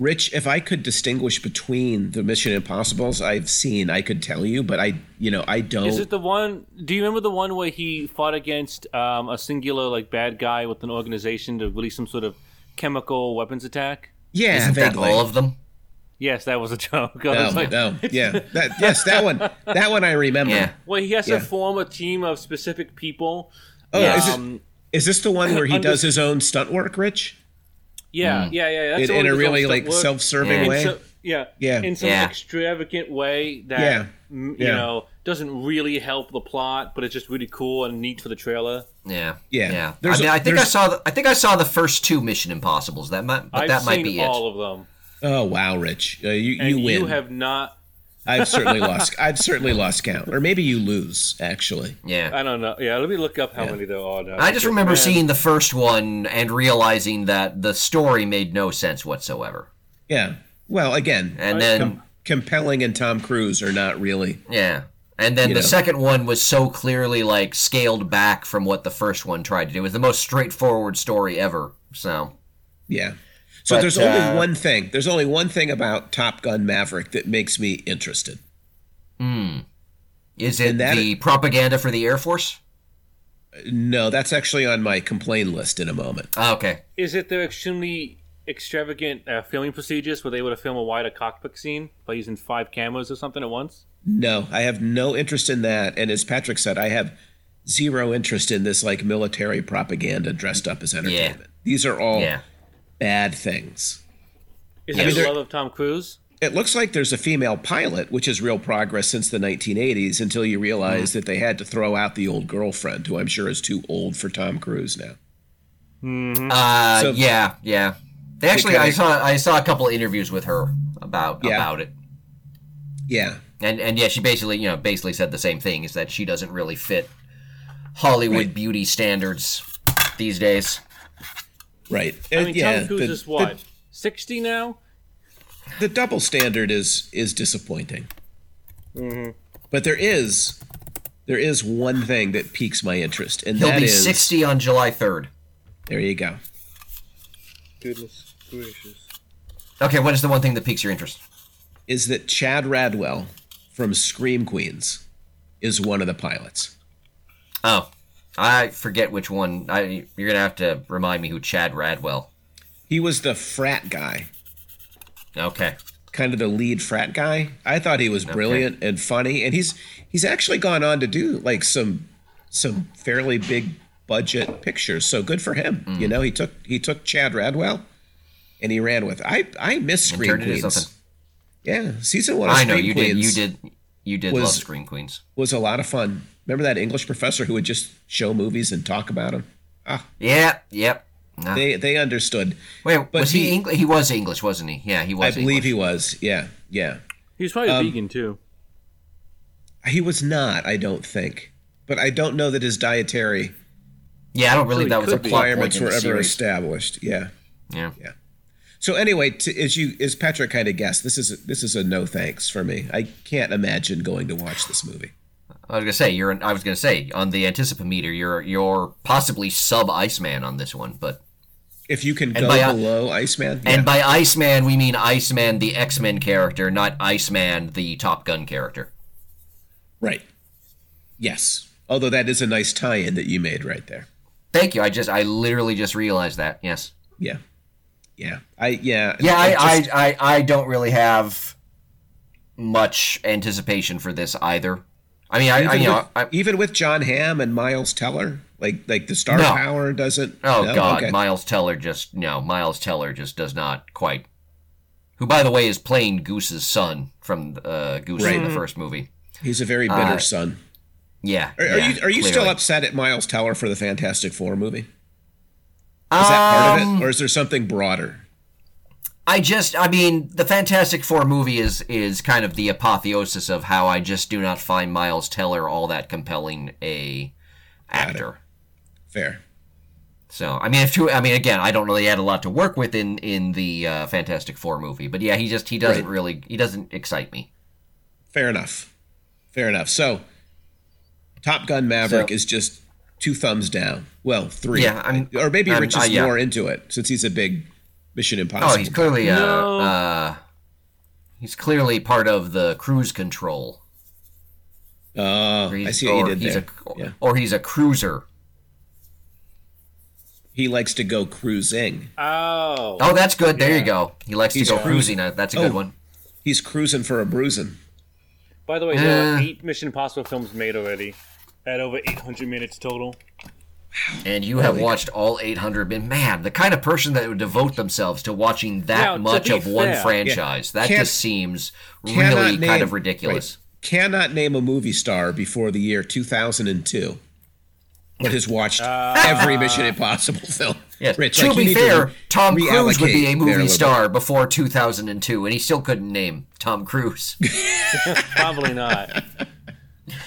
Speaker 2: Rich, if I could distinguish between the Mission Impossibles I've seen, I could tell you, but I, you know, I don't.
Speaker 1: Is it the one? Do you remember the one where he fought against um, a singular like bad guy with an organization to release some sort of chemical weapons attack?
Speaker 2: yeah,
Speaker 3: Isn't that
Speaker 2: vaguely.
Speaker 3: all of them?
Speaker 1: Yes, that was a joke. I
Speaker 2: No,
Speaker 1: was like,
Speaker 2: no, yeah, that, yes, that one, that one I remember.
Speaker 3: Yeah.
Speaker 1: well, he has
Speaker 2: Yeah.
Speaker 1: to form a team of specific people.
Speaker 2: Oh,
Speaker 3: Yeah.
Speaker 2: is, it,
Speaker 1: Um,
Speaker 2: is this the one where he
Speaker 1: Under-
Speaker 2: does his own stunt work, Rich?
Speaker 1: yeah,
Speaker 3: Mm.
Speaker 1: yeah, yeah. That's
Speaker 2: In,
Speaker 1: the one
Speaker 2: in a
Speaker 1: that's all
Speaker 2: really
Speaker 1: stuck
Speaker 2: like
Speaker 1: work.
Speaker 2: self-serving
Speaker 3: Yeah.
Speaker 2: way.
Speaker 1: In so- yeah,
Speaker 2: Yeah.
Speaker 1: in some
Speaker 3: Yeah.
Speaker 1: extravagant way that
Speaker 2: Yeah.
Speaker 1: m- you
Speaker 2: Yeah.
Speaker 1: know doesn't really help the plot, but it's just really cool and neat for the trailer.
Speaker 3: Yeah,
Speaker 2: Yeah.
Speaker 3: yeah. I
Speaker 2: There's
Speaker 3: mean,
Speaker 2: a-
Speaker 3: I think I
Speaker 2: there's-
Speaker 3: saw. The, I think I saw the first two Mission Impossible's. That might, but
Speaker 1: I've
Speaker 3: that might
Speaker 1: seen
Speaker 3: be
Speaker 1: all
Speaker 3: it.
Speaker 1: of them,
Speaker 2: oh wow, Rich, uh, you
Speaker 1: and
Speaker 2: you win.
Speaker 1: have not.
Speaker 2: I've certainly lost. I've certainly lost count, or maybe you lose. Actually,
Speaker 3: Yeah,
Speaker 1: I don't know. Yeah, let me look up how many there are. Now.
Speaker 3: I just remember
Speaker 1: Man,
Speaker 3: seeing the first one and realizing that the story made no sense whatsoever.
Speaker 2: yeah. Well, again,
Speaker 3: And then,
Speaker 2: com- compelling and Tom Cruise are not really.
Speaker 3: yeah, and then
Speaker 2: You
Speaker 3: the
Speaker 2: know.
Speaker 3: second one was so clearly like scaled back from what the first one tried to do. It was the most straightforward story ever. So
Speaker 2: Yeah. So
Speaker 3: But,
Speaker 2: there's
Speaker 3: uh,
Speaker 2: only one thing. There's only one thing about Top Gun Maverick that makes me interested.
Speaker 3: is it
Speaker 2: And that-
Speaker 3: the propaganda for the Air Force?
Speaker 2: No, that's actually on my complain list in a moment.
Speaker 3: Ah, okay.
Speaker 1: Is it their extremely extravagant uh, filming procedures where they would film a wider cockpit scene by using five cameras or something at once?
Speaker 2: No, I have no interest in that. And as Patrick said, I have zero interest in this like military propaganda dressed up as entertainment. These are all
Speaker 3: Yeah.
Speaker 2: bad things.
Speaker 1: Is
Speaker 3: Yeah.
Speaker 1: it
Speaker 3: I mean,
Speaker 1: the
Speaker 3: they're-
Speaker 1: love of Tom Cruise?
Speaker 2: It looks like there's a female pilot, which is real progress since the 1980s, until you realize
Speaker 3: Mm.
Speaker 2: that they had to throw out the old girlfriend, who I'm sure is too old for Tom Cruise now.
Speaker 3: Uh,
Speaker 2: So-
Speaker 3: yeah, yeah. They actually, I
Speaker 2: kinda-
Speaker 3: saw, I saw a couple of interviews with her about
Speaker 2: Yeah.
Speaker 3: about it,
Speaker 2: Yeah.
Speaker 3: and and yeah, she basically, you know, basically said the same thing: is that she doesn't really fit Hollywood beauty standards these days.
Speaker 2: Right.
Speaker 1: I
Speaker 2: And
Speaker 1: mean,
Speaker 2: yeah,
Speaker 1: Tom Cruise
Speaker 2: the-
Speaker 1: is what sixty now.
Speaker 2: The, the double standard is is disappointing. But there is there is one thing that piques my interest, and
Speaker 3: He'll
Speaker 2: that
Speaker 3: be
Speaker 2: is-
Speaker 3: sixty on July third.
Speaker 2: There you go.
Speaker 1: Goodness gracious!
Speaker 3: Okay, what is the one thing that piques your interest?
Speaker 2: Is that Chad Radwell from Scream Queens is one of the pilots?
Speaker 3: Oh, I forget which one. I you're gonna have to remind me who Chad Radwell.
Speaker 2: He was the frat guy
Speaker 3: Okay,
Speaker 2: kind of the lead frat guy. I thought he was brilliant and funny, and he's he's actually gone on to do like some some fairly big budget pictures. So good for him.
Speaker 3: Mm.
Speaker 2: You know, he took he took Chad Radwell, and he ran with. I I miss Scream
Speaker 3: turned it into
Speaker 2: Queens.
Speaker 3: something.
Speaker 2: Yeah, season one. Of
Speaker 3: I know
Speaker 2: Scream
Speaker 3: you
Speaker 2: Queens
Speaker 3: did. You did. You did love
Speaker 2: was-
Speaker 3: Scream Queens.
Speaker 2: was a lot of fun. Remember that English professor who would just show movies and talk about them?
Speaker 3: Yeah. Yep. Ah.
Speaker 2: They they understood.
Speaker 3: Wait,
Speaker 2: but
Speaker 3: was he,
Speaker 2: he-
Speaker 3: English? He was English, wasn't he? Yeah, he
Speaker 2: I
Speaker 3: was.
Speaker 2: believe
Speaker 3: English.
Speaker 2: he was. Yeah, yeah.
Speaker 1: He was probably
Speaker 3: Um,
Speaker 1: vegan too.
Speaker 2: He was not. I don't think. But I don't know that his dietary
Speaker 3: Yeah, I don't believe
Speaker 1: So
Speaker 3: that
Speaker 1: he
Speaker 3: was a
Speaker 1: could be.
Speaker 3: plot point
Speaker 2: requirements
Speaker 3: in
Speaker 2: were
Speaker 3: the
Speaker 2: ever
Speaker 3: series.
Speaker 2: established. Yeah.
Speaker 3: Yeah.
Speaker 2: So anyway, to, as you as Patrick kind of guessed, this is this is a no thanks for me. I can't imagine going to watch this movie.
Speaker 3: I was gonna say you're. An, I was gonna say on the anticipometer, you're you're possibly sub Iceman on this one, but
Speaker 2: If you can go
Speaker 3: by, uh,
Speaker 2: below Iceman,
Speaker 3: and by Iceman we mean Iceman the X Men character, not Iceman the Top Gun character.
Speaker 2: right, yes. Although that is a nice tie-in that you made right there.
Speaker 3: Thank you. I just I literally just realized that. Yes.
Speaker 2: Yeah, yeah, I yeah
Speaker 3: Yeah, I
Speaker 2: I just-
Speaker 3: I, I I don't really have much anticipation for this either. I mean, I, I
Speaker 2: even,
Speaker 3: you know
Speaker 2: with,
Speaker 3: I,
Speaker 2: even with John Hamm and Miles Teller, like like the star
Speaker 3: No.
Speaker 2: power doesn't.
Speaker 3: Oh
Speaker 2: no?
Speaker 3: God,
Speaker 2: Okay.
Speaker 3: Miles Teller just no. Miles Teller just does not quite. Who, by the way, is playing Goose's son from uh, Goose in the first movie.
Speaker 2: he's a very bitter son.
Speaker 3: Yeah.
Speaker 2: Are, are
Speaker 3: yeah,
Speaker 2: you are you still
Speaker 3: clearly.
Speaker 2: upset at Miles Teller for the Fantastic Four movie? Is that part
Speaker 3: Um,
Speaker 2: of it, or is there something broader?
Speaker 3: I just, I mean, the Fantastic Four movie is is kind of the apotheosis of how I just do not find Miles Teller all that compelling a actor.
Speaker 2: Fair.
Speaker 3: So I mean, if true, I mean, again, I don't really had a lot to work with in in the uh, Fantastic Four movie, but yeah, he just he doesn't
Speaker 2: Right.
Speaker 3: really he doesn't excite me.
Speaker 2: Fair enough. Fair enough. So, Top Gun Maverick
Speaker 3: So-
Speaker 2: is just two thumbs down. Well, three.
Speaker 3: Yeah, I'm-
Speaker 2: or maybe
Speaker 3: I'm-
Speaker 2: Rich
Speaker 3: uh,
Speaker 2: is
Speaker 3: yeah.
Speaker 2: more into it since he's a big Mission Impossible.
Speaker 3: Oh, he's clearly uh,
Speaker 1: No.
Speaker 3: uh, he's clearly part of the cruise control.
Speaker 2: Oh,
Speaker 3: Or
Speaker 2: I
Speaker 3: he's-
Speaker 2: see what
Speaker 3: or
Speaker 2: you did
Speaker 3: he's
Speaker 2: there.
Speaker 3: A, or,
Speaker 2: yeah.
Speaker 3: he's a cruiser.
Speaker 2: He likes to go cruising.
Speaker 1: Oh,
Speaker 3: Oh, that's good. There you go. He likes
Speaker 2: He's
Speaker 3: to go
Speaker 2: a cruiser.
Speaker 3: cruising. Uh, That's a good
Speaker 2: Oh.
Speaker 3: one.
Speaker 2: He's cruising for a bruising.
Speaker 1: By the way, there are
Speaker 3: Uh.
Speaker 1: eight Mission Impossible films made already, at over 800 minutes total.
Speaker 3: And you have watched all 800. Been man, the kind of person that would devote themselves to watching that
Speaker 1: Now, to
Speaker 3: much
Speaker 1: be
Speaker 3: of one
Speaker 1: fair-
Speaker 3: franchise that
Speaker 2: Can't-
Speaker 3: just seems
Speaker 2: Cannot
Speaker 3: really kind
Speaker 2: name-
Speaker 3: of ridiculous.
Speaker 2: right, cannot name a movie star before the year 2002, but has watched every Mission Impossible film.
Speaker 3: Yes.
Speaker 2: Rich,
Speaker 3: to
Speaker 2: like, you
Speaker 3: be
Speaker 2: need
Speaker 3: fair,
Speaker 2: re-
Speaker 3: Tom Cruise would
Speaker 2: reallocate
Speaker 3: be a
Speaker 2: there
Speaker 3: movie
Speaker 2: little
Speaker 3: star before 2002, and he still couldn't name Tom Cruise.
Speaker 1: Probably not.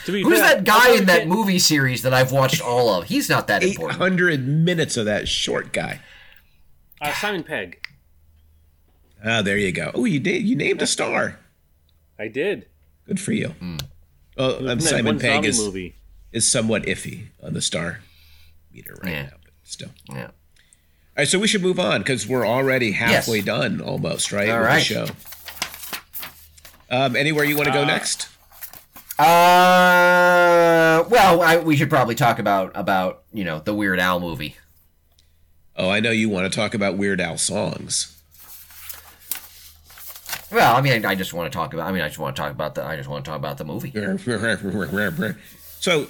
Speaker 1: to be
Speaker 3: Who's
Speaker 1: fair,
Speaker 3: that guy in that
Speaker 1: American-
Speaker 3: movie series that I've watched all of? He's not that
Speaker 2: bit.
Speaker 3: important.
Speaker 2: 800 minutes of that short guy.
Speaker 1: Uh, Simon Pegg.
Speaker 2: Ah, there you go. Oh, you did. You named a star.
Speaker 1: I did.
Speaker 2: Good for you.
Speaker 3: Hmm.
Speaker 2: Oh, um,
Speaker 1: That
Speaker 2: Simon
Speaker 1: one
Speaker 2: Pegg
Speaker 1: zombie
Speaker 2: is,
Speaker 1: movie.
Speaker 2: is somewhat iffy on the star meter right
Speaker 3: Yeah.
Speaker 2: now, but still.
Speaker 3: Yeah.
Speaker 2: All right, so we should move on because we're already halfway
Speaker 3: Yes.
Speaker 2: done almost, right?
Speaker 3: All
Speaker 2: with
Speaker 3: right.
Speaker 2: The show. Um, anywhere you want to go next?
Speaker 3: Uh, well, I, we should probably talk about about you know the Weird Al movie.
Speaker 2: Oh, I know you want to talk about Weird Al songs.
Speaker 3: Well, I mean, I, I just want to talk about. I mean, I just want to talk about the. I just want to talk about the movie.
Speaker 2: So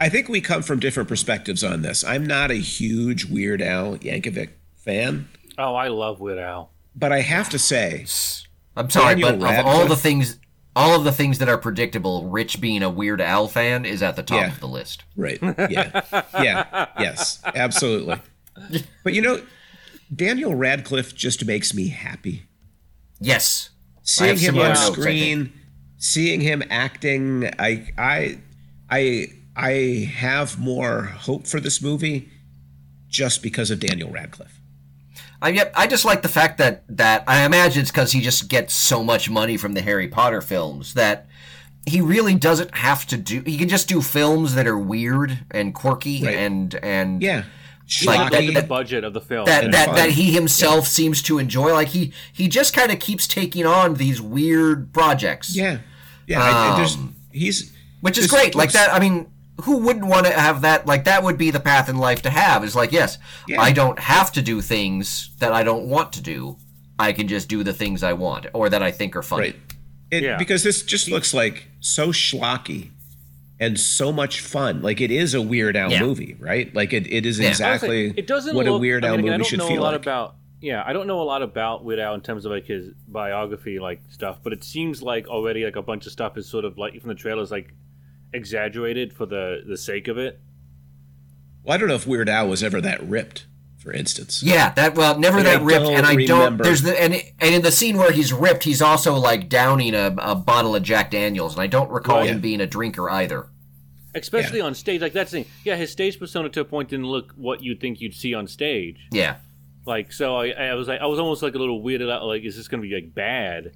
Speaker 2: I think we come from different perspectives on this. I'm not a huge Weird Al Yankovic fan,
Speaker 1: Oh, I love Weird Al.
Speaker 2: but I have to say,
Speaker 3: I'm sorry,
Speaker 2: Daniel
Speaker 3: but of all the
Speaker 2: Radcliffe?
Speaker 3: things, all of the things that are predictable, Rich being a Weird Al fan is at the top
Speaker 2: Yeah.
Speaker 3: of the list.
Speaker 2: Right. Yeah. Yeah. yes. Absolutely. But you know, Daniel Radcliffe just makes me happy.
Speaker 3: Yes,
Speaker 2: Seeing him
Speaker 3: similar
Speaker 2: on
Speaker 3: notes, I
Speaker 2: screen, seeing him acting, I I I I have more hope for this movie just because of Daniel Radcliffe.
Speaker 3: I yep, I just like the fact that that I imagine it's because he just gets so much money from the Harry Potter films that he really doesn't have to do. He can just do films that are weird and quirky
Speaker 2: Right.
Speaker 3: and and
Speaker 2: Yeah.
Speaker 3: Like that-
Speaker 1: Look
Speaker 2: Shocking.
Speaker 1: at the budget of the film.
Speaker 3: that
Speaker 2: and
Speaker 3: that,
Speaker 2: fun.
Speaker 3: that he himself seems to enjoy. Like he he just kind of keeps taking on these weird projects.
Speaker 2: yeah. Yeah. I, I just,
Speaker 3: um,
Speaker 2: he's
Speaker 3: which is
Speaker 2: this
Speaker 3: great. Like
Speaker 2: looks-
Speaker 3: that. I mean, who wouldn't want to have that? Like that would be the path in life to have. Is like yes,
Speaker 2: Yeah.
Speaker 3: I don't have to do things that I don't want to do. I can just do the things I want or that I think are funny.
Speaker 2: Right. It,
Speaker 1: Yeah.
Speaker 2: Because this just looks like so schlocky and so much fun. Like it is a Weird Al
Speaker 3: Yeah.
Speaker 2: movie, right? Like it, it is
Speaker 1: Honestly,
Speaker 2: exactly
Speaker 1: it doesn't
Speaker 2: what
Speaker 1: look,
Speaker 2: a Weird
Speaker 1: I
Speaker 2: Al
Speaker 1: mean, again,
Speaker 2: movie
Speaker 1: I
Speaker 2: should
Speaker 1: don't know
Speaker 2: feel
Speaker 1: a lot
Speaker 2: like.
Speaker 1: about. Yeah, I don't know a lot about Weird Al in terms of like his biography, like stuff. But it seems like already like a bunch of stuff is sort of like from the trailers like exaggerated for the the sake of it.
Speaker 2: well, I don't know if Weird Al was ever that ripped, for instance.
Speaker 3: Yeah, that well, never
Speaker 2: And I
Speaker 3: that ripped, and I
Speaker 2: don't
Speaker 3: don't.
Speaker 2: remember.
Speaker 3: There's the and and in the scene where he's ripped, he's also like downing a, a bottle of Jack Daniels, and I don't recall
Speaker 2: Oh,
Speaker 1: Right.
Speaker 3: him being a drinker either.
Speaker 1: Especially on stage, like that's the thing. Yeah, his stage persona to a point didn't look what you'd think you'd see on stage.
Speaker 3: Yeah,
Speaker 1: Like so, I, I was like, I was almost like a little weirded out. Like, is this going to be like bad?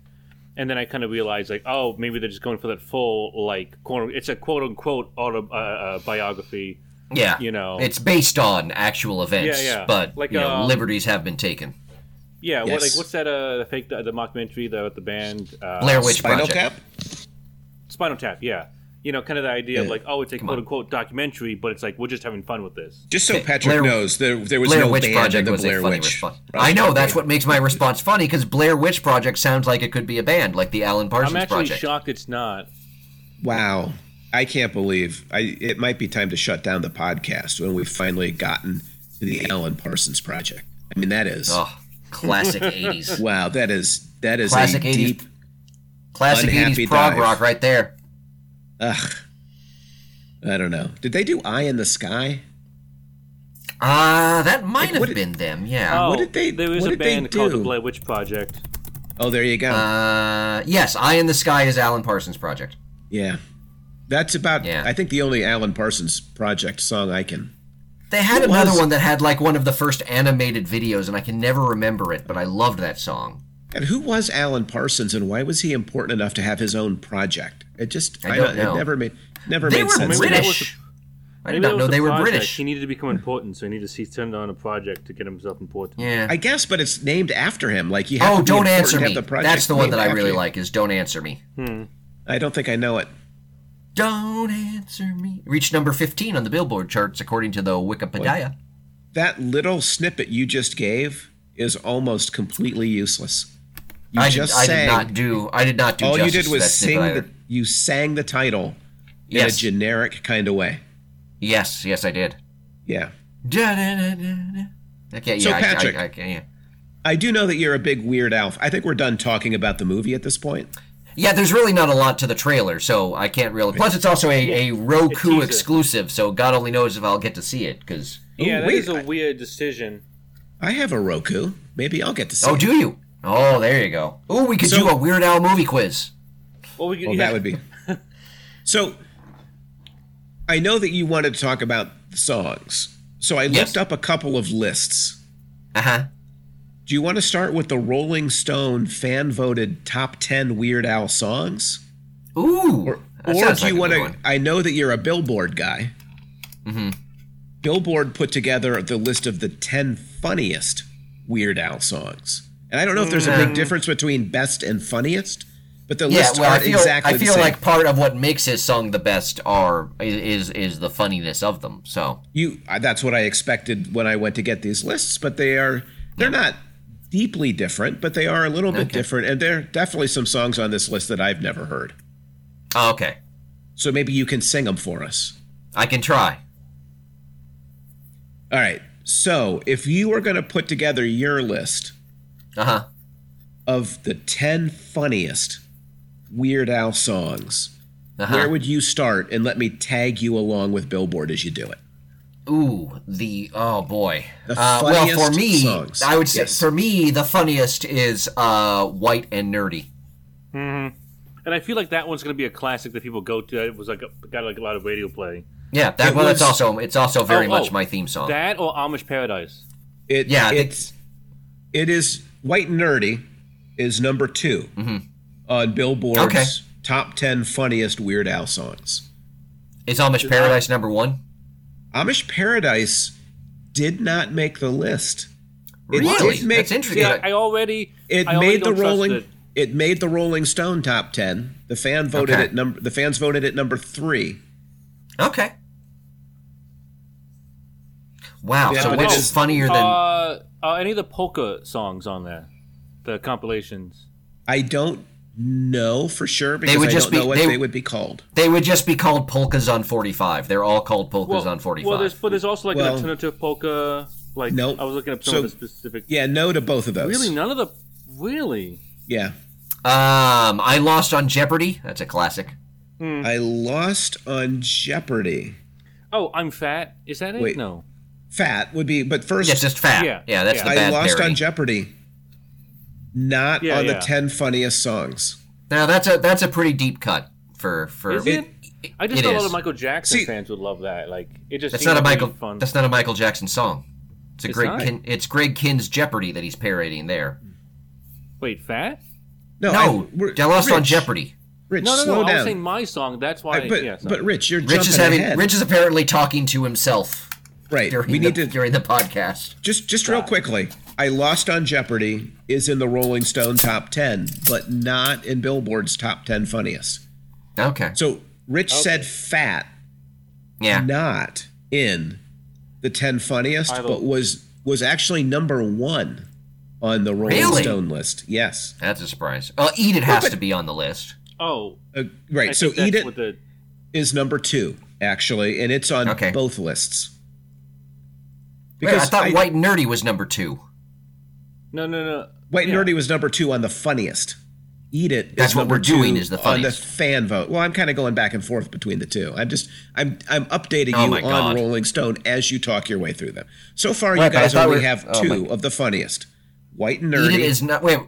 Speaker 1: And then I kind of realized, like, oh, maybe they're just going for that full like corner. It's a quote unquote auto uh, uh, biography.
Speaker 3: yeah.
Speaker 1: You know.
Speaker 3: it's based on actual events,
Speaker 1: yeah.
Speaker 3: but
Speaker 1: Like,
Speaker 3: you know,
Speaker 1: um,
Speaker 3: liberties have been taken.
Speaker 1: Yeah, what, like
Speaker 2: Yes.
Speaker 1: what's that? Uh, the fake the, the mockumentary the the band uh,
Speaker 3: Blair Witch
Speaker 2: Spinal
Speaker 3: Project.
Speaker 2: Tap?
Speaker 1: Spinal Tap. Yeah, you know, kind of the idea of
Speaker 2: Yeah.
Speaker 1: like, oh, it's a quote unquote documentary, but it's like we're just having fun with this.
Speaker 2: Just so Patrick
Speaker 3: Blair-
Speaker 2: knows, there, there was
Speaker 3: Blair
Speaker 2: no
Speaker 3: Witch
Speaker 2: band in
Speaker 3: Project
Speaker 2: the
Speaker 3: was
Speaker 2: Blair
Speaker 3: a funny
Speaker 2: Witch.
Speaker 3: response.
Speaker 2: Right.
Speaker 3: I know that's what makes my response funny because Blair Witch Project sounds like it could be a band, like the Alan Parsons
Speaker 1: I'm actually
Speaker 3: Project.
Speaker 1: shocked it's not.
Speaker 2: Wow. I can't believe I it might be time to shut down the podcast when we've finally gotten to the Alan Parsons project. I mean that is
Speaker 3: Oh, classic '80s,
Speaker 2: wow, that is that is
Speaker 3: Classic
Speaker 2: a
Speaker 3: 80s.
Speaker 2: deep
Speaker 3: classic
Speaker 2: Unhappy
Speaker 3: '80s prog
Speaker 2: dive.
Speaker 3: rock right there.
Speaker 2: Ugh. I don't know. Did they do Eye in the Sky?
Speaker 3: Ah, that might
Speaker 2: what
Speaker 3: have
Speaker 2: did-
Speaker 3: been them. Yeah.
Speaker 1: Oh,
Speaker 2: did they-
Speaker 1: There was
Speaker 2: what
Speaker 1: a
Speaker 2: did they
Speaker 1: band called the
Speaker 2: do?
Speaker 1: Blair Witch Project.
Speaker 2: Oh, there you go.
Speaker 3: Uh, yes, "Eye in the Sky" is Alan Parsons Project.
Speaker 2: yeah. That's about,
Speaker 3: Yeah.
Speaker 2: I think, the only Alan Parsons project song I can.
Speaker 3: They had
Speaker 2: It
Speaker 3: another
Speaker 2: was-
Speaker 3: one that had like one of the first animated videos, and I can never remember it, but I loved that song.
Speaker 2: And who was Alan Parsons and why was he important enough to have his own project? It just,
Speaker 3: I don't
Speaker 2: it
Speaker 3: know.
Speaker 2: never made, never
Speaker 3: They
Speaker 2: made
Speaker 3: were
Speaker 2: sense. to me.
Speaker 1: that was
Speaker 3: British. I did
Speaker 1: Maybe that
Speaker 3: not
Speaker 1: was
Speaker 3: know
Speaker 1: the
Speaker 3: they were
Speaker 1: project.
Speaker 3: British.
Speaker 1: He needed to become important, so he needed to he turned on a project to get himself important.
Speaker 3: Yeah.
Speaker 2: I guess, but it's named after him. Like you have
Speaker 3: Oh,
Speaker 2: to be
Speaker 3: don't
Speaker 2: important to
Speaker 3: answer
Speaker 2: have
Speaker 3: me.
Speaker 2: The project
Speaker 3: That's the one
Speaker 2: named
Speaker 3: that I
Speaker 2: after
Speaker 3: really
Speaker 2: you.
Speaker 3: like. Is "Don't Answer Me."
Speaker 2: I don't think I know it.
Speaker 3: Don't answer me. Reached number 15 on the Billboard charts, according to the Wikipedia.
Speaker 2: That little snippet you just gave is almost completely useless. You
Speaker 3: I, did,
Speaker 2: just
Speaker 3: I
Speaker 2: sang.
Speaker 3: did not do. I did not do.
Speaker 2: all you
Speaker 3: justice
Speaker 2: did
Speaker 3: to
Speaker 2: was
Speaker 3: that snippet
Speaker 2: sing
Speaker 3: either.
Speaker 2: the. You sang the title in a
Speaker 3: Yes.
Speaker 2: generic kind of way.
Speaker 3: yes. Yes. I did.
Speaker 2: Yeah.
Speaker 3: Da-da-da-da-da. Okay. Yeah.
Speaker 2: So,
Speaker 3: I,
Speaker 2: Patrick.
Speaker 3: I, I, I, yeah.
Speaker 2: I do know that you're a big Weird Al. I think we're done talking about the movie at this point.
Speaker 3: Yeah, there's really not a lot to the trailer, so I can't really. Plus, it's also a, a Roku
Speaker 1: teaser.
Speaker 3: exclusive, so God only knows if I'll get to see it. Because
Speaker 1: yeah,
Speaker 2: Ooh,
Speaker 1: that
Speaker 2: wait,
Speaker 1: is a weird decision.
Speaker 2: I have a Roku. Maybe I'll get to see.
Speaker 3: oh,
Speaker 2: it.
Speaker 3: do you? Oh, there you go. Oh, we could
Speaker 2: So-
Speaker 3: do a Weird Al movie quiz.
Speaker 1: Well, we could,
Speaker 2: Well,
Speaker 1: yeah.
Speaker 2: that would be. So, I know that you wanted to talk about the songs. So I
Speaker 3: Yes.
Speaker 2: looked up a couple of lists.
Speaker 3: Uh huh.
Speaker 2: Do you want to start with the Rolling Stone fan voted top 10 Weird Al songs?
Speaker 3: Ooh.
Speaker 2: Or,
Speaker 3: that
Speaker 2: or
Speaker 3: sounds
Speaker 2: do you
Speaker 3: like
Speaker 2: want
Speaker 3: a good
Speaker 2: to?
Speaker 3: one. Mm-hmm.
Speaker 2: I know that you're a Billboard guy. Billboard put together the list of the 10 funniest Weird Al songs. And I don't know if there's a big difference between best and funniest, but the
Speaker 3: Mm. Yeah,
Speaker 2: lists
Speaker 3: well, I
Speaker 2: aren't
Speaker 3: feel,
Speaker 2: exactly
Speaker 3: I feel
Speaker 2: the same.
Speaker 3: like part of what makes his song the best are is is the funniness of them. So
Speaker 2: you I- that's what I expected when I went to get these lists, but they are they're not deeply different, but they are a little bit
Speaker 3: Okay.
Speaker 2: different and there are definitely some songs on this list that I've never heard.
Speaker 3: oh, okay,
Speaker 2: So maybe you can sing them for us.
Speaker 3: I can try.
Speaker 2: All right. So, if you were going to put together your list
Speaker 3: Uh huh.
Speaker 2: of the 10 funniest Weird Al songs,
Speaker 3: Uh-huh.
Speaker 2: where would you start and let me tag you along with Billboard as you do it?
Speaker 3: Ooh, the oh boy.
Speaker 2: The
Speaker 3: Uh, well, for
Speaker 2: funniest
Speaker 3: me,
Speaker 2: songs.
Speaker 3: I would say
Speaker 2: Yes.
Speaker 3: for me the funniest is uh, white and nerdy.
Speaker 1: And I feel like that one's going to be a classic that people go to. It was like a, got like a lot of radio play.
Speaker 3: Yeah, that
Speaker 2: It
Speaker 3: well, that's
Speaker 2: was-
Speaker 3: also it's also very
Speaker 1: Oh,
Speaker 3: much
Speaker 1: oh,
Speaker 3: my theme song.
Speaker 1: That or Amish Paradise.
Speaker 2: It,
Speaker 3: Yeah, I think-
Speaker 2: it's it is white and nerdy is number 2 on Billboard's
Speaker 3: Mm-hmm. Okay.
Speaker 2: top ten funniest Weird Al songs.
Speaker 3: Is Amish Paradise number one?
Speaker 2: Amish Paradise did not make the list. It
Speaker 3: Really?
Speaker 2: did make-
Speaker 3: that's interesting.
Speaker 1: Yeah, I already.
Speaker 2: It
Speaker 1: I already
Speaker 2: made the
Speaker 1: don't trust
Speaker 2: Rolling
Speaker 1: it.
Speaker 2: it. made the Rolling Stone top ten. The fan voted
Speaker 3: Okay.
Speaker 2: at number the fans voted at number three.
Speaker 3: okay. Wow.
Speaker 2: Yeah,
Speaker 3: so
Speaker 2: but
Speaker 3: which
Speaker 2: it
Speaker 3: is
Speaker 2: is-
Speaker 3: funnier than?
Speaker 1: Uh, uh, any of the polka songs on there, the compilations.
Speaker 2: I don't know for sure because
Speaker 3: would
Speaker 2: I
Speaker 3: just
Speaker 2: don't
Speaker 3: be-
Speaker 2: know what
Speaker 3: they-
Speaker 2: they would be called.
Speaker 3: they would just be called polkas on forty-five. They're all called polkas on forty-five.
Speaker 1: Well, there's but there's also like an
Speaker 2: Well-
Speaker 1: alternative polka. Like
Speaker 2: Nope.
Speaker 1: I was looking up some
Speaker 2: So-
Speaker 1: of the specific.
Speaker 2: Yeah, no to both of those.
Speaker 1: Really, none of the really.
Speaker 2: Yeah.
Speaker 3: um, I lost on Jeopardy. That's a classic. Hmm.
Speaker 2: I lost on Jeopardy.
Speaker 1: Oh, I'm fat. Is that it?
Speaker 2: Wait.
Speaker 1: No.
Speaker 2: Fat would be, but first
Speaker 3: Yeah, just fat.
Speaker 1: Yeah,
Speaker 3: Yeah, that's
Speaker 1: yeah.
Speaker 3: the
Speaker 2: I
Speaker 3: bad
Speaker 2: lost
Speaker 3: parody.
Speaker 2: on Jeopardy. Not
Speaker 1: Yeah,
Speaker 2: on the
Speaker 1: yeah.
Speaker 2: 10 funniest songs.
Speaker 3: Now that's a that's a pretty deep cut for for.
Speaker 1: Is it? I just
Speaker 3: it
Speaker 1: know a lot
Speaker 3: is.
Speaker 1: of Michael Jackson
Speaker 2: See-
Speaker 1: fans would love that. Like it just
Speaker 3: That's
Speaker 1: seemed
Speaker 3: not a
Speaker 1: really
Speaker 3: Michael.
Speaker 1: Fun.
Speaker 3: That's not a Michael Jackson song. It's a
Speaker 1: It's
Speaker 3: Greg.
Speaker 1: not.
Speaker 3: Kin, it's Greg Kinn's Jeopardy that he's parodying there.
Speaker 1: Wait, fat?
Speaker 2: No,
Speaker 3: No,
Speaker 2: I, we're-
Speaker 3: I lost on
Speaker 2: Rich,
Speaker 3: Jeopardy.
Speaker 2: Rich,
Speaker 1: No, no,
Speaker 2: slow
Speaker 1: no. I
Speaker 2: down.
Speaker 1: was saying my song. That's why.
Speaker 2: I- but,
Speaker 1: yeah, sorry.
Speaker 2: but Rich, you're
Speaker 3: Rich
Speaker 2: jumping
Speaker 3: is having.
Speaker 2: ahead.
Speaker 3: Rich is apparently talking to himself
Speaker 2: right.
Speaker 3: during
Speaker 2: We
Speaker 3: the,
Speaker 2: need to
Speaker 3: during the podcast.
Speaker 2: just just real quickly. I lost on Jeopardy is in the Rolling Stone top 10, but not in Billboard's top 10 funniest.
Speaker 3: Okay.
Speaker 2: So Rich said fat,
Speaker 3: yeah.
Speaker 2: not in the 10 funniest,
Speaker 1: I will-
Speaker 2: but was was actually number 1 on the Rolling
Speaker 3: Really?
Speaker 2: Stone list. Yes.
Speaker 3: That's a surprise. Uh, Eat It has
Speaker 2: but-
Speaker 3: to be on the list.
Speaker 1: oh,
Speaker 2: Uh,
Speaker 1: I
Speaker 2: right. So
Speaker 1: think that's
Speaker 2: Eat It
Speaker 1: what the-
Speaker 2: is number two, actually, and it's on
Speaker 3: Okay.
Speaker 2: both lists.
Speaker 3: Wait, I thought White Nerdy was number two.
Speaker 1: no, no, no.
Speaker 2: White
Speaker 1: yeah.
Speaker 2: Nerdy was number two on the funniest. Eat It. is
Speaker 3: That's what
Speaker 2: number
Speaker 3: we're doing
Speaker 2: two
Speaker 3: is the
Speaker 2: on the
Speaker 3: funniest.
Speaker 2: fan vote. Well, I'm kind of going back and forth between the two. I'm just I'm I'm updating
Speaker 3: Oh
Speaker 2: you
Speaker 3: my
Speaker 2: on
Speaker 3: God.
Speaker 2: Rolling Stone as you talk your way through them. So far,
Speaker 3: Right,
Speaker 2: you
Speaker 3: but I
Speaker 2: guys
Speaker 3: thought
Speaker 2: only
Speaker 3: we-
Speaker 2: have
Speaker 3: oh my-
Speaker 2: two of the funniest: White and
Speaker 3: Eat It
Speaker 2: Nerdy
Speaker 3: is not. Wait.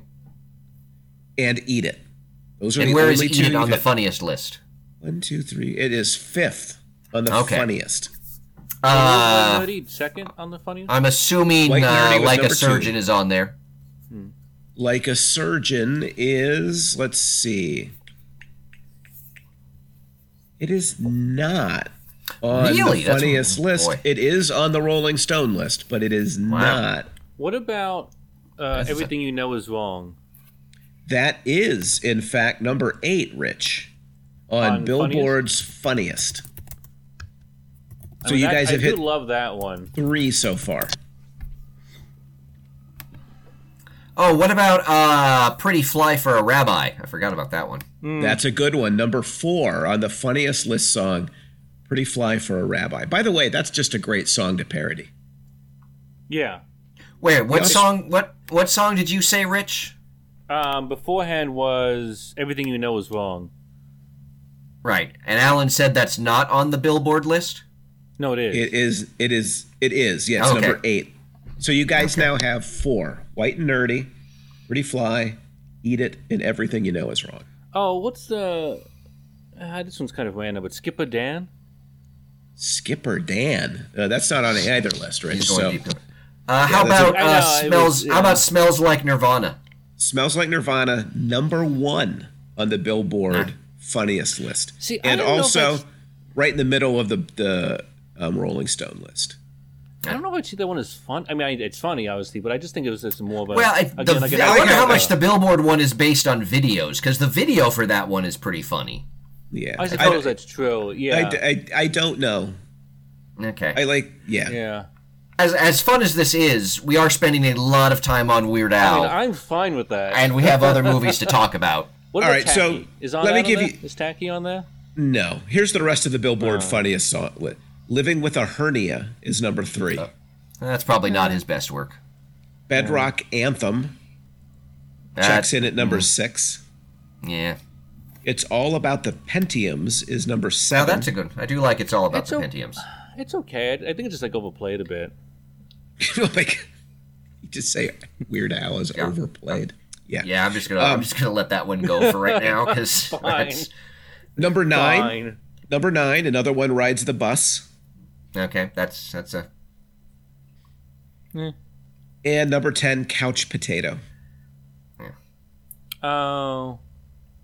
Speaker 2: and Eat It. Those are
Speaker 3: And
Speaker 2: the
Speaker 3: where
Speaker 2: only
Speaker 3: is
Speaker 2: two.
Speaker 3: Eat It
Speaker 2: you
Speaker 3: on the
Speaker 2: have.
Speaker 3: funniest list?
Speaker 2: One, two, three. It is fifth on the
Speaker 3: Okay.
Speaker 2: funniest.
Speaker 3: Uh,
Speaker 1: Nerdy second on the funniest.
Speaker 3: I'm assuming
Speaker 2: White Nerdy
Speaker 3: uh,
Speaker 2: was
Speaker 3: like a
Speaker 2: number two.
Speaker 3: surgeon is on there.
Speaker 2: like a surgeon is let's see it is not on
Speaker 3: Really?
Speaker 2: the
Speaker 3: That's-
Speaker 2: funniest list
Speaker 3: boy.
Speaker 2: it is on the rolling stone list but it is not
Speaker 1: What about uh,
Speaker 3: That's a-
Speaker 1: everything you know is wrong?
Speaker 2: that is in fact number eight rich on,
Speaker 1: On
Speaker 2: billboard's funniest,
Speaker 1: I
Speaker 2: so
Speaker 1: mean,
Speaker 2: you
Speaker 1: that-
Speaker 2: guys
Speaker 1: I
Speaker 2: have
Speaker 1: do
Speaker 2: hit
Speaker 1: love that one.
Speaker 2: three so far
Speaker 3: Oh, what about uh, Pretty Fly for a Rabbi? I forgot about that one.
Speaker 1: Hmm.
Speaker 2: That's a good one. Number four on the funniest list song, Pretty Fly for a Rabbi. By the way, that's just a great song to parody.
Speaker 1: Yeah.
Speaker 3: Wait, what
Speaker 2: Yeah.
Speaker 3: song? What what song did you say, Rich?
Speaker 1: Um, beforehand was everything you know is wrong.
Speaker 3: Right, and Alan said that's not on the Billboard list.
Speaker 1: No, it is.
Speaker 2: It is, it is, it is, yes,
Speaker 3: Okay.
Speaker 2: number eight. So you guys now have four White and Nerdy, Pretty Fly, Eat It, and Everything You Know Is Wrong.
Speaker 1: oh, what's the? Ah, this one's kind of random, but Skipper Dan.
Speaker 2: Skipper Dan. Uh, that's not on either list, right?
Speaker 3: He's going
Speaker 2: So,
Speaker 3: deep to it. Uh, how
Speaker 2: that's
Speaker 3: about
Speaker 1: a- I
Speaker 3: uh,
Speaker 1: know, it
Speaker 3: smells?
Speaker 1: was-
Speaker 3: How
Speaker 1: yeah.
Speaker 3: about smells like Nirvana?
Speaker 2: Smells Like Nirvana, number one on the
Speaker 3: Ah.
Speaker 2: Billboard funniest list.
Speaker 1: See, I
Speaker 2: and
Speaker 1: don't know if
Speaker 2: also
Speaker 1: that's-
Speaker 2: right in the middle of the, the um, Rolling Stone list.
Speaker 1: I don't know if I see that one is fun. I mean, I, it's funny, obviously, but I just think it was just more of a.
Speaker 3: Well, I,
Speaker 1: again,
Speaker 3: the,
Speaker 1: like
Speaker 3: vi-
Speaker 1: an-
Speaker 3: I wonder
Speaker 1: like
Speaker 3: how
Speaker 1: a-
Speaker 3: much the Billboard one is based on videos because the video for that one is pretty funny.
Speaker 2: Yeah.
Speaker 1: I suppose that's true.
Speaker 2: I,
Speaker 1: Yeah.
Speaker 2: I, I don't know.
Speaker 3: Okay.
Speaker 2: I like, yeah.
Speaker 1: yeah.
Speaker 3: as as fun as this is, we are spending a lot of time on Weird
Speaker 1: I
Speaker 3: Al,
Speaker 1: mean, I'm fine with that.
Speaker 3: and we have other movies to talk about.
Speaker 1: what
Speaker 2: all
Speaker 1: about
Speaker 2: right, so
Speaker 1: Tacky? is on
Speaker 2: let me
Speaker 1: that on
Speaker 2: give
Speaker 1: there?
Speaker 2: you-
Speaker 1: Is Tacky on there?
Speaker 2: No. Here's the rest of the Billboard funniest song. li- Living with a Hernia is number three.
Speaker 3: That's probably not his best work.
Speaker 2: Bedrock Anthem
Speaker 3: That-
Speaker 2: checks in at number six.
Speaker 3: Yeah.
Speaker 2: It's All About the Pentiums is number
Speaker 3: Now
Speaker 2: seven.
Speaker 3: that's a good. I do like it's all about
Speaker 1: It's
Speaker 3: the
Speaker 1: o-
Speaker 3: Pentiums.
Speaker 1: It's okay. I, I think it's just like overplayed a bit.
Speaker 2: like, you just say Weird Al is overplayed. Yeah.
Speaker 3: Yeah, I'm just gonna
Speaker 2: Um,
Speaker 3: I'm just gonna let that one go for right now because that's
Speaker 2: Number nine.
Speaker 1: Fine.
Speaker 2: Number nine. Another one rides the bus.
Speaker 3: okay. That's that's a
Speaker 2: And number ten, couch potato.
Speaker 1: Oh,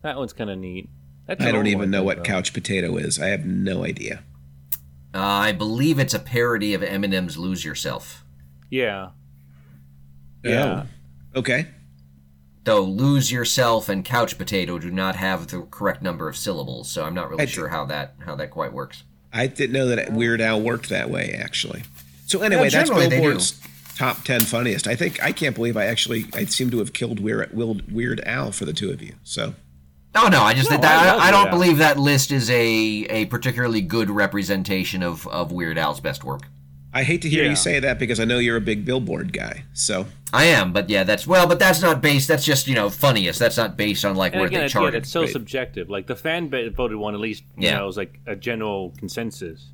Speaker 1: that one's kind of neat. That's
Speaker 2: I
Speaker 1: an
Speaker 2: don't
Speaker 1: old
Speaker 2: even
Speaker 1: one,
Speaker 2: know
Speaker 1: though.
Speaker 2: what couch potato is. I have no idea.
Speaker 3: uh, I believe it's a parody of Eminem's "Lose Yourself."
Speaker 1: Yeah. Yeah.
Speaker 2: Oh. Okay.
Speaker 3: Though "Lose Yourself" and "Couch Potato" do not have the correct number of syllables, so I'm not really
Speaker 2: I d-
Speaker 3: sure how that how that quite works.
Speaker 2: I didn't know that Weird Al worked that way, actually. So anyway,
Speaker 3: Yeah,
Speaker 2: that's
Speaker 3: generally they do.
Speaker 2: Billboard's top ten funniest. I think I can't believe I actually I seem to have killed Weird Weird- Weird Al for the two of you. So
Speaker 3: Oh no, I just
Speaker 1: No, I
Speaker 3: that,
Speaker 1: love
Speaker 3: I, I don't
Speaker 1: Weird Al.
Speaker 3: believe that list is a a particularly good representation of of Weird Al's best work.
Speaker 2: I hate to hear
Speaker 1: Yeah.
Speaker 2: you say that because I know you're a big Billboard guy. So
Speaker 3: I am, but yeah, that's well, but that's not based. That's just you know funniest. That's not based on like
Speaker 1: And
Speaker 3: where
Speaker 1: again,
Speaker 3: they
Speaker 1: it's, yeah,
Speaker 3: charted.
Speaker 1: it's so subjective. Like the fan ba- voted one, at least you
Speaker 3: Yeah.
Speaker 1: know, it was like a general consensus.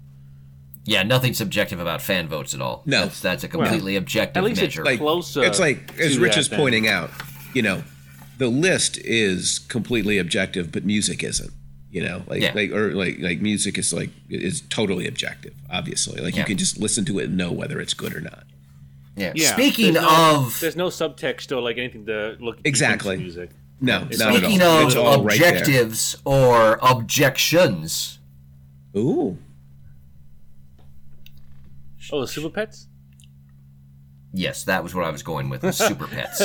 Speaker 3: Yeah, nothing subjective about fan votes at all.
Speaker 2: No.
Speaker 3: that's, that's a completely objective
Speaker 1: At least it's
Speaker 3: measure.
Speaker 1: like closer.
Speaker 2: It's like as
Speaker 1: to
Speaker 2: Rich
Speaker 1: that
Speaker 2: is
Speaker 1: than-
Speaker 2: pointing out, you know, the list is completely objective, but music isn't. You know, like
Speaker 3: Yeah.
Speaker 2: like or like like music is like is totally objective. Obviously, like
Speaker 3: Yeah.
Speaker 2: you can just listen to it and know whether it's good or not.
Speaker 3: yeah.
Speaker 1: Yeah.
Speaker 3: Speaking
Speaker 1: There's no-
Speaker 3: of
Speaker 1: there's no subtext or like anything to look into
Speaker 2: Exactly.
Speaker 1: music.
Speaker 2: No,
Speaker 1: It's
Speaker 2: not
Speaker 3: speaking
Speaker 2: at all. it's all
Speaker 3: of
Speaker 2: right there.
Speaker 3: objectives or objections,
Speaker 2: Ooh,
Speaker 1: Oh, the Super Pets.
Speaker 3: yes, that was what I was going with. was Super pets.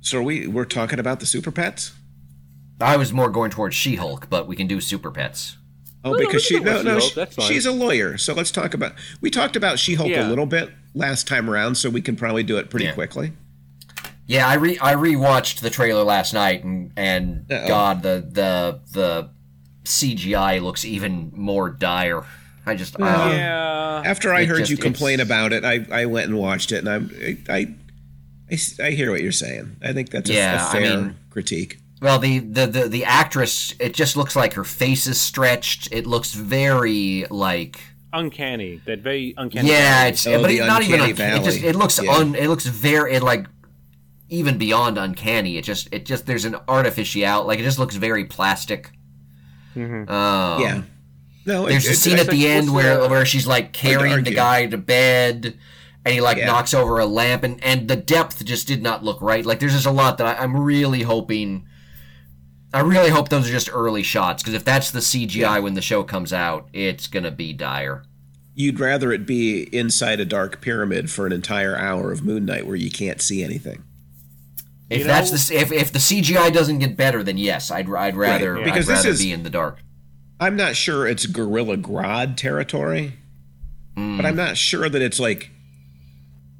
Speaker 2: so are we we're talking about the super pets?
Speaker 3: I was more going towards She Hulk, but we can do Super pets.
Speaker 2: Oh,
Speaker 1: no, we
Speaker 2: because she
Speaker 1: can
Speaker 2: no
Speaker 1: talk about
Speaker 2: no
Speaker 1: She-Hulk,
Speaker 2: she-
Speaker 1: that's fine.
Speaker 2: she's a lawyer. So let's talk about we talked about She Hulk
Speaker 1: Yeah.
Speaker 2: a little bit last time around, so we can probably do it pretty
Speaker 3: Yeah.
Speaker 2: quickly.
Speaker 3: Yeah, I re I rewatched the trailer last night, and and
Speaker 2: Uh-oh.
Speaker 3: God, the the the CGI looks even more dire. I just uh,
Speaker 1: yeah.
Speaker 2: After I
Speaker 3: It
Speaker 2: heard
Speaker 3: just-
Speaker 2: you complain
Speaker 3: it's-
Speaker 2: about it, I, I went and watched it, and I'm I, I- I s- I hear what you're saying. I think that's a-
Speaker 3: Yeah,
Speaker 2: a,
Speaker 3: I
Speaker 2: fair
Speaker 3: mean-
Speaker 2: critique.
Speaker 3: Well, the, the, the, the actress, it just looks like her face is stretched. It looks very like
Speaker 1: uncanny. That very uncanny.
Speaker 3: yeah, it's
Speaker 2: Oh,
Speaker 3: but
Speaker 2: the
Speaker 3: it's not even
Speaker 2: uncanny
Speaker 3: uncanny. It just
Speaker 2: valley.
Speaker 3: it looks
Speaker 2: Yeah.
Speaker 3: un it looks very it like even beyond uncanny. It just it just there's an artificial like it just looks very plastic.
Speaker 2: Mm-hmm.
Speaker 3: Um,
Speaker 2: yeah, no, it-
Speaker 3: There's a
Speaker 2: it-
Speaker 3: scene
Speaker 2: I-
Speaker 3: at the
Speaker 1: what's
Speaker 3: end where
Speaker 1: the-
Speaker 3: where she's like carrying the
Speaker 2: uh, argue.
Speaker 3: guy to bed, and he like
Speaker 2: Yeah.
Speaker 3: knocks over a lamp, and and the depth just did not look right. Like there's just a lot that I, I'm really hoping. I really hope those are just early shots because if that's the CGI when the show comes out, it's gonna be dire.
Speaker 2: you'd rather it be inside a dark pyramid for an entire hour of Moon Knight where you can't see anything.
Speaker 3: If
Speaker 1: You
Speaker 3: that's
Speaker 1: know-
Speaker 3: the if, if the CGI doesn't get better, then yes, I'd I'd rather
Speaker 2: Right, because
Speaker 3: I'd
Speaker 2: this
Speaker 3: rather
Speaker 2: is-
Speaker 3: be in the dark.
Speaker 2: I'm not sure it's Gorilla Grodd territory, but I'm not sure that it's like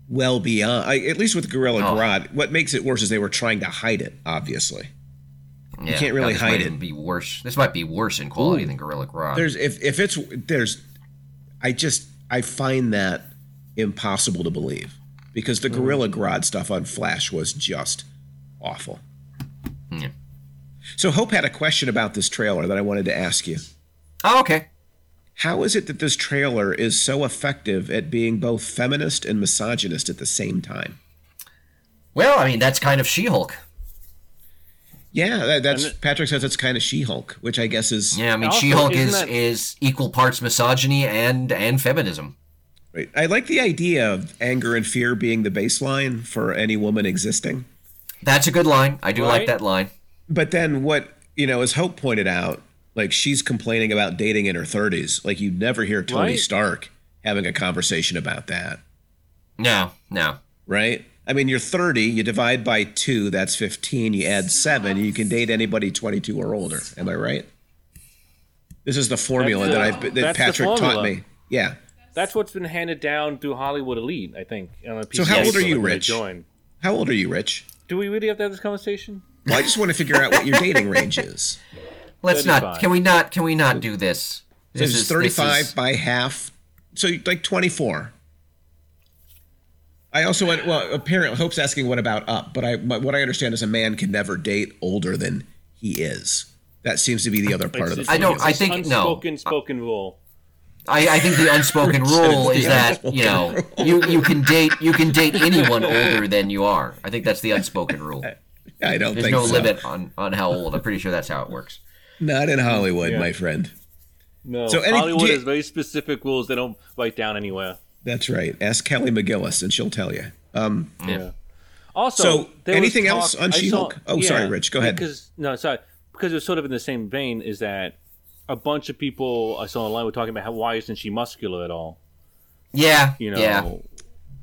Speaker 2: well beyond. I, at least with Gorilla
Speaker 3: Oh.
Speaker 2: Grodd, what makes it worse is they were trying to hide it. Obviously,
Speaker 3: Yeah,
Speaker 2: can't really
Speaker 3: God, this
Speaker 2: hide
Speaker 3: might
Speaker 2: it.
Speaker 3: even Be worse. This might be worse in quality than Gorilla Grodd.
Speaker 2: there's if if it's there's, I just I find that impossible to believe because the Gorilla Grodd stuff on Flash was just awful.
Speaker 3: Yeah.
Speaker 2: So Hope had a question about this trailer that I wanted to ask you.
Speaker 3: Oh, okay.
Speaker 2: How is it that this trailer is so effective at being both feminist and misogynist at the same time?
Speaker 3: Well, I mean, that's kind of She-Hulk.
Speaker 2: Yeah, that, that's
Speaker 1: And it-
Speaker 2: Patrick says it's kind of She-Hulk, which I guess is
Speaker 3: Yeah, I mean,
Speaker 1: Also,
Speaker 3: She-Hulk
Speaker 1: isn't
Speaker 3: is
Speaker 1: that-
Speaker 3: is equal parts misogyny and and feminism.
Speaker 2: Right. I like the idea of anger and fear being the baseline for any woman existing.
Speaker 3: That's a good line. I do like
Speaker 1: Right?
Speaker 3: that line.
Speaker 2: But then what, you know, as Hope pointed out, like she's complaining about dating in her 30s. Like you never hear Tony
Speaker 1: Right.
Speaker 2: Stark having a conversation about that,
Speaker 3: No, no.
Speaker 2: right? I mean, you're 30, you divide by 2, that's 15, you add 7, you can date anybody 22 or older. Am I right? This is the formula
Speaker 1: That's
Speaker 2: that
Speaker 1: the-
Speaker 2: I've been- that
Speaker 1: that's the
Speaker 2: Patrick taught
Speaker 1: formula.
Speaker 2: me. Yeah.
Speaker 1: That's what's been handed down through Hollywood elite, I think. on a piece of
Speaker 2: how old
Speaker 1: paper
Speaker 2: are you,
Speaker 1: when they
Speaker 2: Rich?
Speaker 1: Join.
Speaker 2: How old are you, Rich?
Speaker 1: Do we really have to have this conversation?
Speaker 2: Well, I just want to figure out what your dating range is.
Speaker 3: Let's not.
Speaker 1: 35.
Speaker 3: Can we not? Can we not do this?
Speaker 2: This, is, 35
Speaker 3: this is-
Speaker 2: by half. So like 24. I also went, well, apparently, Hope's asking what about up, but I, my, what I understand is a man can never date older than he is. That seems to be the other part of the
Speaker 1: It's-
Speaker 3: I don't-
Speaker 2: formula.
Speaker 1: it's
Speaker 3: think- no.
Speaker 1: unspoken spoken rule.
Speaker 3: I, I think the unspoken rule is that you know you, you can date you can date anyone older than you are. I think that's the unspoken rule.
Speaker 2: I don't
Speaker 3: There's
Speaker 2: think
Speaker 3: no
Speaker 2: so.
Speaker 3: limit on, on how old. I'm pretty sure that's how it works.
Speaker 2: Not in Hollywood,
Speaker 1: Yeah.
Speaker 2: my friend.
Speaker 1: No,
Speaker 2: So any-
Speaker 1: Hollywood
Speaker 2: do you-
Speaker 1: has very specific rules they don't write down anywhere.
Speaker 2: That's right. Ask Kelly McGillis and she'll tell you. Um,
Speaker 1: Yeah. Also,
Speaker 2: So,
Speaker 1: there was
Speaker 2: anything
Speaker 1: talk-
Speaker 2: else on
Speaker 1: I saw-
Speaker 2: She-Hulk? Oh, sorry, Rich, go ahead.
Speaker 1: Because no, sorry, because it was sort of in the same vein. Is that a bunch of people I saw online were talking about how why isn't she muscular at all?
Speaker 3: Yeah,
Speaker 1: You know,
Speaker 3: yeah.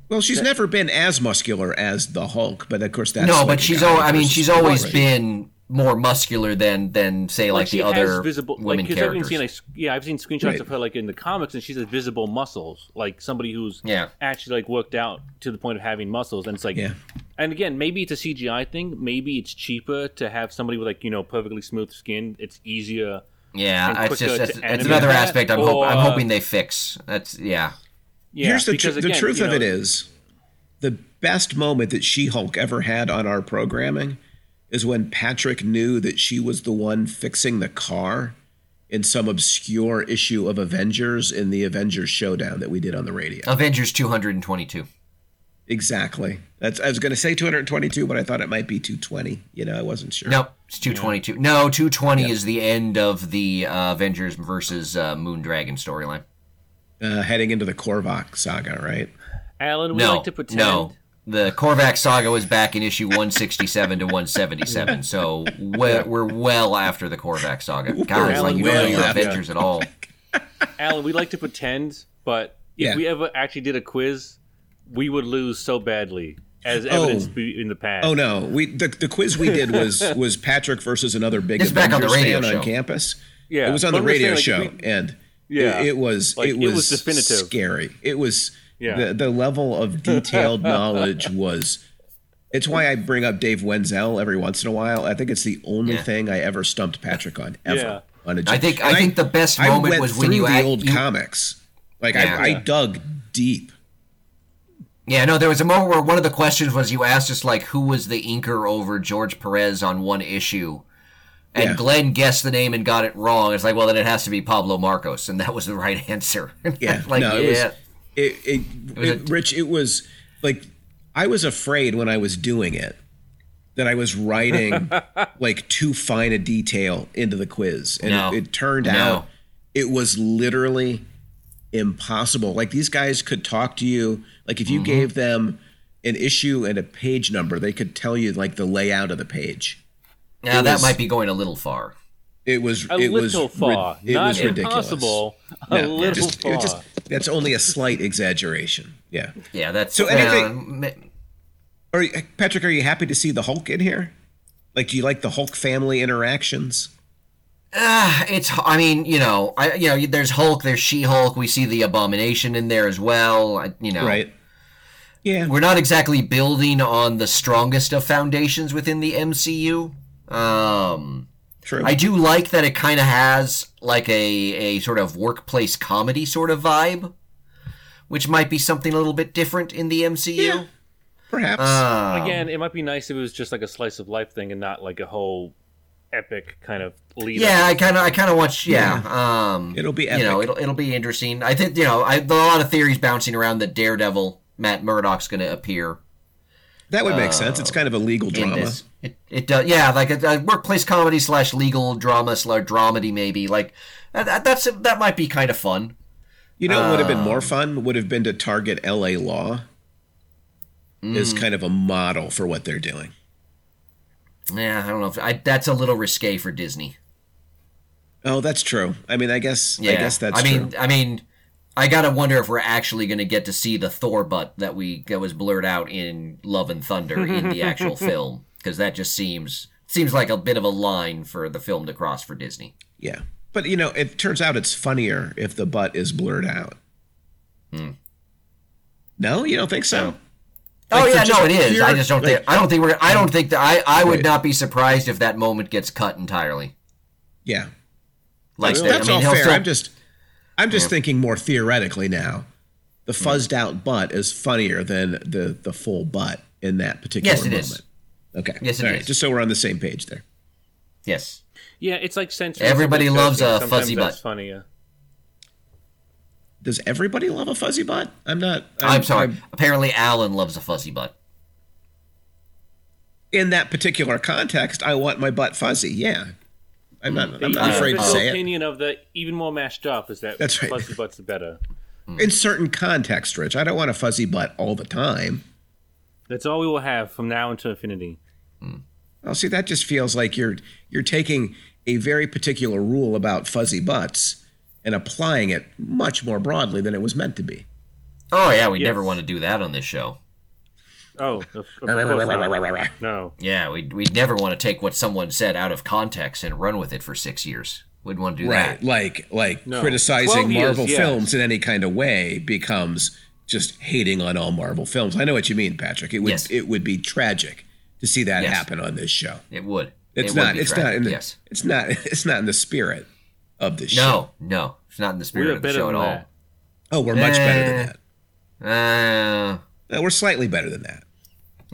Speaker 2: well, she's never been as muscular as the Hulk, but of course that's
Speaker 3: No,
Speaker 2: like
Speaker 3: but
Speaker 2: a
Speaker 3: she's
Speaker 2: guy
Speaker 3: al- I mean
Speaker 2: versus
Speaker 3: she's
Speaker 2: a
Speaker 3: always
Speaker 2: woman.
Speaker 3: been more muscular than than say like,
Speaker 1: she
Speaker 3: the other
Speaker 1: has visible, like,
Speaker 3: women
Speaker 1: 'cause I've
Speaker 3: characters.
Speaker 1: seen, like, s- yeah, I've seen screenshots
Speaker 2: Right.
Speaker 1: of her like in the comics, and she has visible muscles, like somebody who's
Speaker 3: Yeah.
Speaker 1: actually like worked out to the point of having muscles, and it's like,
Speaker 2: Yeah.
Speaker 1: and again, maybe it's a CGI thing, maybe it's cheaper to have somebody with like you know perfectly smooth skin. It's easier. and
Speaker 3: yeah, it's
Speaker 1: quicker
Speaker 2: uh,
Speaker 3: just
Speaker 1: to
Speaker 3: it's, it's
Speaker 1: animate
Speaker 3: another
Speaker 1: that,
Speaker 3: aspect. I'm hop- I'm
Speaker 1: or-
Speaker 3: hoping they fix. That's yeah.
Speaker 1: Yeah,
Speaker 2: Here's the, tr-
Speaker 1: because,
Speaker 2: the
Speaker 1: again,
Speaker 2: truth
Speaker 1: you
Speaker 2: of
Speaker 1: know,
Speaker 2: it is the best moment that She Hulk ever had on our programming is when Patrick knew that she was the one fixing the car in some obscure issue of Avengers in the Avengers Showdown that we did on the radio.
Speaker 3: Avengers 222.
Speaker 2: Exactly. That's I was going to say 222, but I thought it might be 220. You know, I wasn't sure.
Speaker 3: No, it's 222. No, 220 is the end of the uh, Avengers versus uh, Moon Dragon storyline.
Speaker 2: Uh, heading into the Korvac saga, right?
Speaker 1: Alan, we
Speaker 3: No,
Speaker 1: like to pretend.
Speaker 3: no. The Korvac saga was back in issue 167 to 177, so we're, we're well after the Korvac saga. God, it's like you don't know
Speaker 2: well
Speaker 3: your
Speaker 2: after.
Speaker 3: Avengers at all.
Speaker 1: Alan, we like to pretend, but if
Speaker 2: Yeah.
Speaker 1: we ever actually did a quiz, we would lose so badly, as evidenced be- in the past.
Speaker 2: Oh no, we the, the quiz we did was was Patrick versus another big
Speaker 3: This is back on the
Speaker 2: Avengers
Speaker 3: radio
Speaker 2: fan on
Speaker 3: show.
Speaker 2: campus.
Speaker 1: Yeah,
Speaker 2: it was on
Speaker 1: but
Speaker 2: the
Speaker 1: I'm just
Speaker 2: radio
Speaker 1: saying,
Speaker 2: show,
Speaker 1: like,
Speaker 2: and
Speaker 1: Yeah.
Speaker 2: it, it was
Speaker 1: Like,
Speaker 2: it
Speaker 1: it
Speaker 2: was,
Speaker 1: was definitive.
Speaker 2: scary. It was
Speaker 1: Yeah.
Speaker 2: the the level of detailed knowledge was. It's why I bring up Dave Wenzel every once in a while. I think it's the only
Speaker 3: Yeah.
Speaker 2: thing I ever stumped Patrick on ever.
Speaker 1: Yeah.
Speaker 2: On a
Speaker 3: I think
Speaker 2: And
Speaker 3: I think the best
Speaker 2: I
Speaker 3: moment
Speaker 2: went
Speaker 3: was when
Speaker 2: through
Speaker 3: you,
Speaker 2: the
Speaker 3: ac-
Speaker 2: old
Speaker 3: you
Speaker 2: comics. Like
Speaker 3: Yeah.
Speaker 2: I, I dug deep.
Speaker 3: Yeah, no, there was a moment where one of the questions was you asked us like who was the inker over George Perez on one issue. And
Speaker 2: Yeah.
Speaker 3: Glenn guessed the name and got it wrong. It's like, well, then it has to be Pablo Marcos, and that was the right answer.
Speaker 2: Yeah,
Speaker 3: like,
Speaker 2: no, it
Speaker 3: yeah,
Speaker 2: was. It, it,
Speaker 3: was
Speaker 2: it- Rich, it was like I was afraid when I was doing it that I was writing like too fine a detail into the quiz, and
Speaker 3: No.
Speaker 2: it, it turned
Speaker 3: No.
Speaker 2: out it was literally impossible. Like these guys could talk to you. Like if you
Speaker 1: Mm-hmm.
Speaker 2: gave them an issue and a page number, they could tell you like the layout of the page.
Speaker 3: now that
Speaker 2: was-
Speaker 3: might be going a little far.
Speaker 2: It was
Speaker 1: a
Speaker 2: it was
Speaker 1: little
Speaker 2: rid-
Speaker 1: far,
Speaker 2: it
Speaker 1: not
Speaker 2: was ridiculous.
Speaker 1: impossible.
Speaker 2: Yeah,
Speaker 1: A little
Speaker 2: just-
Speaker 1: far.
Speaker 2: it just- that's only a slight exaggeration. Yeah.
Speaker 3: Yeah, that's
Speaker 2: So
Speaker 3: well,
Speaker 2: anything-
Speaker 3: ma-
Speaker 2: Are you, Patrick, are you happy to see the Hulk in here? Like, do you like the Hulk family interactions?
Speaker 3: It's. I mean, you know, I you know, there's Hulk, there's She Hulk. We see the Abomination in there as well. I, you know,
Speaker 2: Right. Yeah.
Speaker 3: we're not exactly building on the strongest of foundations within the MCU. Um,
Speaker 2: True.
Speaker 3: I do like that it kind of has like a a sort of workplace comedy sort of vibe, which might be something a little bit different in the MCU.
Speaker 2: Yeah. Perhaps.
Speaker 3: Um,
Speaker 1: Again, it might be nice if it was just like a slice of life thing and not like a whole epic kind of lead. up.
Speaker 3: yeah, I kind of, I kind of watch. Yeah, um,
Speaker 2: It'll be
Speaker 3: You know,
Speaker 2: epic.
Speaker 3: it'll it'll be interesting. I think you know, I, there are a lot of theories bouncing around that Daredevil, Matt Murdock's going to appear
Speaker 2: that would make sense. It's kind of a legal
Speaker 3: in
Speaker 2: drama.
Speaker 3: this. It, it does, yeah, like a, a workplace comedy slash legal drama slash dramedy, maybe. Like that, that- that's that might be kind of fun.
Speaker 2: You know, what would have
Speaker 3: Uh,
Speaker 2: been more fun would have been to target L.A. law as
Speaker 3: Hmm.
Speaker 2: kind of a model for what they're doing.
Speaker 3: Yeah, I don't know. If, I, that's a little risque for Disney.
Speaker 2: Oh, that's true. I mean, I guess
Speaker 3: Yeah,
Speaker 2: I guess that's
Speaker 3: I mean,
Speaker 2: true.
Speaker 3: I mean, I gotta wonder if we're actually gonna get to see the Thor butt that we that was blurred out in Love and Thunder in the actual film because that just seems seems like a bit of a line for the film to cross for Disney.
Speaker 2: Yeah. But you know, it turns out it's funnier if the butt is blurred out.
Speaker 3: Hmm.
Speaker 2: No, you don't think so?
Speaker 3: oh
Speaker 2: Like, for
Speaker 3: yeah,
Speaker 2: just
Speaker 3: no, it is. I
Speaker 2: pure-
Speaker 3: just don't
Speaker 2: like- Mm.
Speaker 3: think I don't think we're I don't think that I I would
Speaker 2: Right.
Speaker 3: not be surprised if that moment gets cut entirely.
Speaker 2: Yeah.
Speaker 3: Like they-
Speaker 2: That's
Speaker 3: I mean, he'll
Speaker 2: all fair.
Speaker 3: still-
Speaker 2: I'm just I'm just thinking more theoretically now. The
Speaker 3: Hmm.
Speaker 2: fuzzed out butt is funnier than the the full butt in that particular
Speaker 3: Yes, it
Speaker 2: moment.
Speaker 3: is.
Speaker 2: Okay.
Speaker 3: Yes, it
Speaker 2: All right,
Speaker 3: is.
Speaker 2: Just so we're on the same page there.
Speaker 3: yes.
Speaker 1: yeah, it's like sensory.
Speaker 3: Everybody loves a fuzzy
Speaker 1: Sometimes
Speaker 3: butt.
Speaker 1: That's funny, yeah.
Speaker 2: Does everybody love a fuzzy butt? I'm not.
Speaker 3: I'm, sorry. Apparently, Alan loves a fuzzy butt.
Speaker 2: in that particular context, I want my butt fuzzy. Yeah. I'm not, I'm not
Speaker 3: Hmm.
Speaker 1: the
Speaker 3: Uh,
Speaker 2: afraid to
Speaker 1: official
Speaker 2: say it.
Speaker 1: opinion of the even more mashed up is that
Speaker 2: That's right.
Speaker 1: fuzzy butts are better.
Speaker 2: In certain contexts, Rich, I don't want a fuzzy butt all the time.
Speaker 1: That's all we will have from now until infinity.
Speaker 2: Well, see, that just feels like you're you're taking a very particular rule about fuzzy butts and applying it much more broadly than it was meant to be.
Speaker 3: Oh yeah, we
Speaker 1: Yes.
Speaker 3: never want to do that on this show.
Speaker 1: Oh, of, of course not. no.
Speaker 3: Yeah, we'd, we'd never want to take what someone said out of context and run with it for six years. We'd want to do
Speaker 2: Right,
Speaker 3: that.
Speaker 2: like like
Speaker 1: No.
Speaker 2: criticizing
Speaker 1: 12 years,
Speaker 2: Marvel
Speaker 1: yeah.
Speaker 2: films in any kind of way becomes just hating on all Marvel films. I know what you mean, Patrick. It would
Speaker 3: Yes.
Speaker 2: it would be tragic to see that
Speaker 3: Yes.
Speaker 2: happen on this show.
Speaker 3: It would.
Speaker 2: It's
Speaker 3: It would
Speaker 2: not.
Speaker 3: be
Speaker 2: It's
Speaker 3: tragic,
Speaker 2: not. In the,
Speaker 3: yes.
Speaker 2: It's not. It's not in the spirit of this show.
Speaker 3: No, no. It's not in the
Speaker 1: We
Speaker 3: spirit
Speaker 1: are
Speaker 3: of the
Speaker 1: better
Speaker 3: show
Speaker 1: than
Speaker 3: at all.
Speaker 1: that.
Speaker 2: Oh, we're much better than
Speaker 3: Eh.
Speaker 2: that.
Speaker 3: Uh,
Speaker 2: No, we're slightly better than that.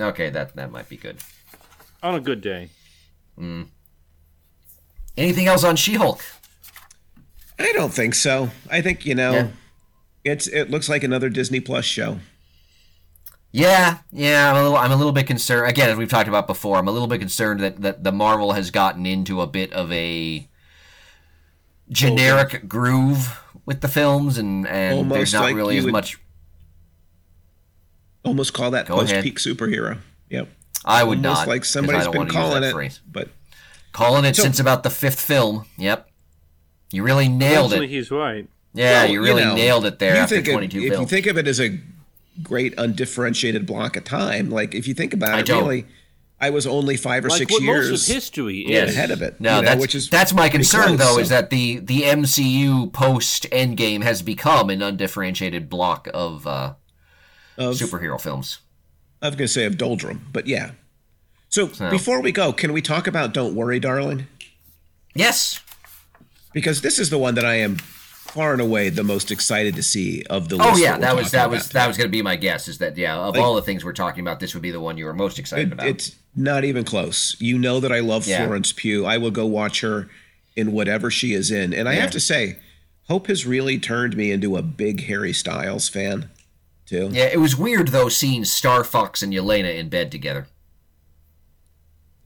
Speaker 3: okay, that that might be good.
Speaker 1: On a good day.
Speaker 3: Anything else on She-Hulk?
Speaker 2: I don't think so. I think you know,
Speaker 3: Yeah.
Speaker 2: it's it looks like another Disney Plus show.
Speaker 3: Yeah, yeah. I'm a little. I'm a little bit concerned. Again, as we've talked about before, I'm a little bit concerned that that the Marvel has gotten into a bit of a generic groove with the films, and and
Speaker 2: Almost
Speaker 3: there's not
Speaker 2: like
Speaker 3: really
Speaker 2: you
Speaker 3: as
Speaker 2: would-
Speaker 3: much.
Speaker 2: Almost call that
Speaker 3: Go
Speaker 2: post
Speaker 3: ahead.
Speaker 2: peak superhero. Yep.
Speaker 3: I would
Speaker 2: Almost
Speaker 3: not.
Speaker 2: like
Speaker 3: 'cause I
Speaker 2: somebody's
Speaker 3: don't
Speaker 2: been
Speaker 3: wanna use
Speaker 2: calling
Speaker 3: that
Speaker 2: it.
Speaker 3: phrase.
Speaker 2: But
Speaker 3: Calling it
Speaker 2: So-
Speaker 3: since about the fifth film. Yep. You really nailed
Speaker 1: Actually,
Speaker 3: it.
Speaker 1: he's right.
Speaker 3: Yeah,
Speaker 2: Well,
Speaker 3: you really
Speaker 2: know,
Speaker 3: nailed it there
Speaker 2: you
Speaker 3: after
Speaker 2: think it-
Speaker 3: 22
Speaker 2: if you
Speaker 3: films.
Speaker 2: think of it as a great undifferentiated block of time, like if you think about
Speaker 3: I
Speaker 2: it,
Speaker 3: don't.
Speaker 2: really, I was only five or
Speaker 1: Like
Speaker 2: six
Speaker 1: what
Speaker 2: years.
Speaker 1: most of history is.
Speaker 3: Yes.
Speaker 2: ahead of it,
Speaker 3: No,
Speaker 2: you know,
Speaker 3: that's
Speaker 2: which is
Speaker 3: that's my concern
Speaker 2: close,
Speaker 3: though
Speaker 2: so-
Speaker 3: is that the the MCU post Endgame has become an undifferentiated block of, uh,
Speaker 2: Of-
Speaker 3: superhero films.
Speaker 2: I was going to say of Doldrum, but yeah. So, before we go, can we talk about Don't Worry, Darling?
Speaker 3: Yes.
Speaker 2: Because this is the one that I am far and away the most excited to see of the list.
Speaker 3: Oh yeah,
Speaker 2: we're
Speaker 3: that was
Speaker 2: talking
Speaker 3: that
Speaker 2: about
Speaker 3: was
Speaker 2: today.
Speaker 3: that was going to be my guess is that yeah, of all the things we're talking about, this would be the one you were most excited about.
Speaker 2: It's not even close. You know that I love
Speaker 3: Yeah.
Speaker 2: Florence Pugh. I will go watch her in whatever she is in. And I have to say, Hope has really turned me into a big Harry Styles fan, too.
Speaker 3: yeah, it was weird though seeing Star Fox and Yelena in bed together.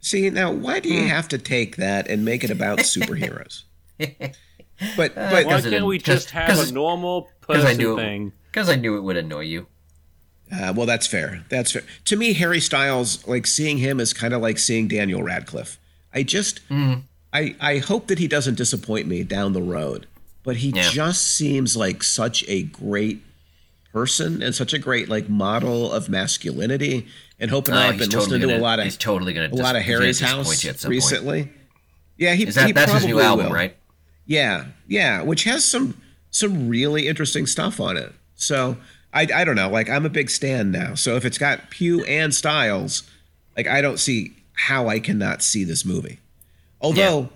Speaker 2: See, now why do you
Speaker 3: Hmm.
Speaker 2: have to take that and make it about superheroes? but but
Speaker 1: Why
Speaker 3: it
Speaker 1: can't we
Speaker 3: didn't- 'cause-
Speaker 1: just have
Speaker 3: 'cause-
Speaker 1: a normal
Speaker 3: 'cause I
Speaker 1: person
Speaker 3: knew it-
Speaker 1: thing?
Speaker 3: Because I knew it would annoy you.
Speaker 2: Uh, well, that's fair. That's fair. To me, Harry Styles, like seeing him is kind of like seeing Daniel Radcliffe. I just,
Speaker 3: Mm-hmm.
Speaker 2: I, I hope that he doesn't disappoint me down the road, but he
Speaker 3: Yeah.
Speaker 2: just seems like such a great person and such a great like model of masculinity. And Hope and I
Speaker 3: Oh,
Speaker 2: have
Speaker 3: he's
Speaker 2: been
Speaker 3: totally
Speaker 2: listening to
Speaker 3: gonna,
Speaker 2: a lot of
Speaker 3: he's totally gonna
Speaker 2: a lot of
Speaker 3: dis- he's gonna
Speaker 2: Harry's
Speaker 3: disappoint
Speaker 2: house
Speaker 3: you at some point.
Speaker 2: recently. Yeah, he,
Speaker 3: Is that
Speaker 2: he
Speaker 3: that's his
Speaker 2: probably
Speaker 3: new album,
Speaker 2: will.
Speaker 3: right?
Speaker 2: Yeah, yeah, which has some some really interesting stuff on it. So I, I don't know. Like I'm a big Stan now, so if it's got Pew and Styles, like I don't see how I cannot see this movie. Although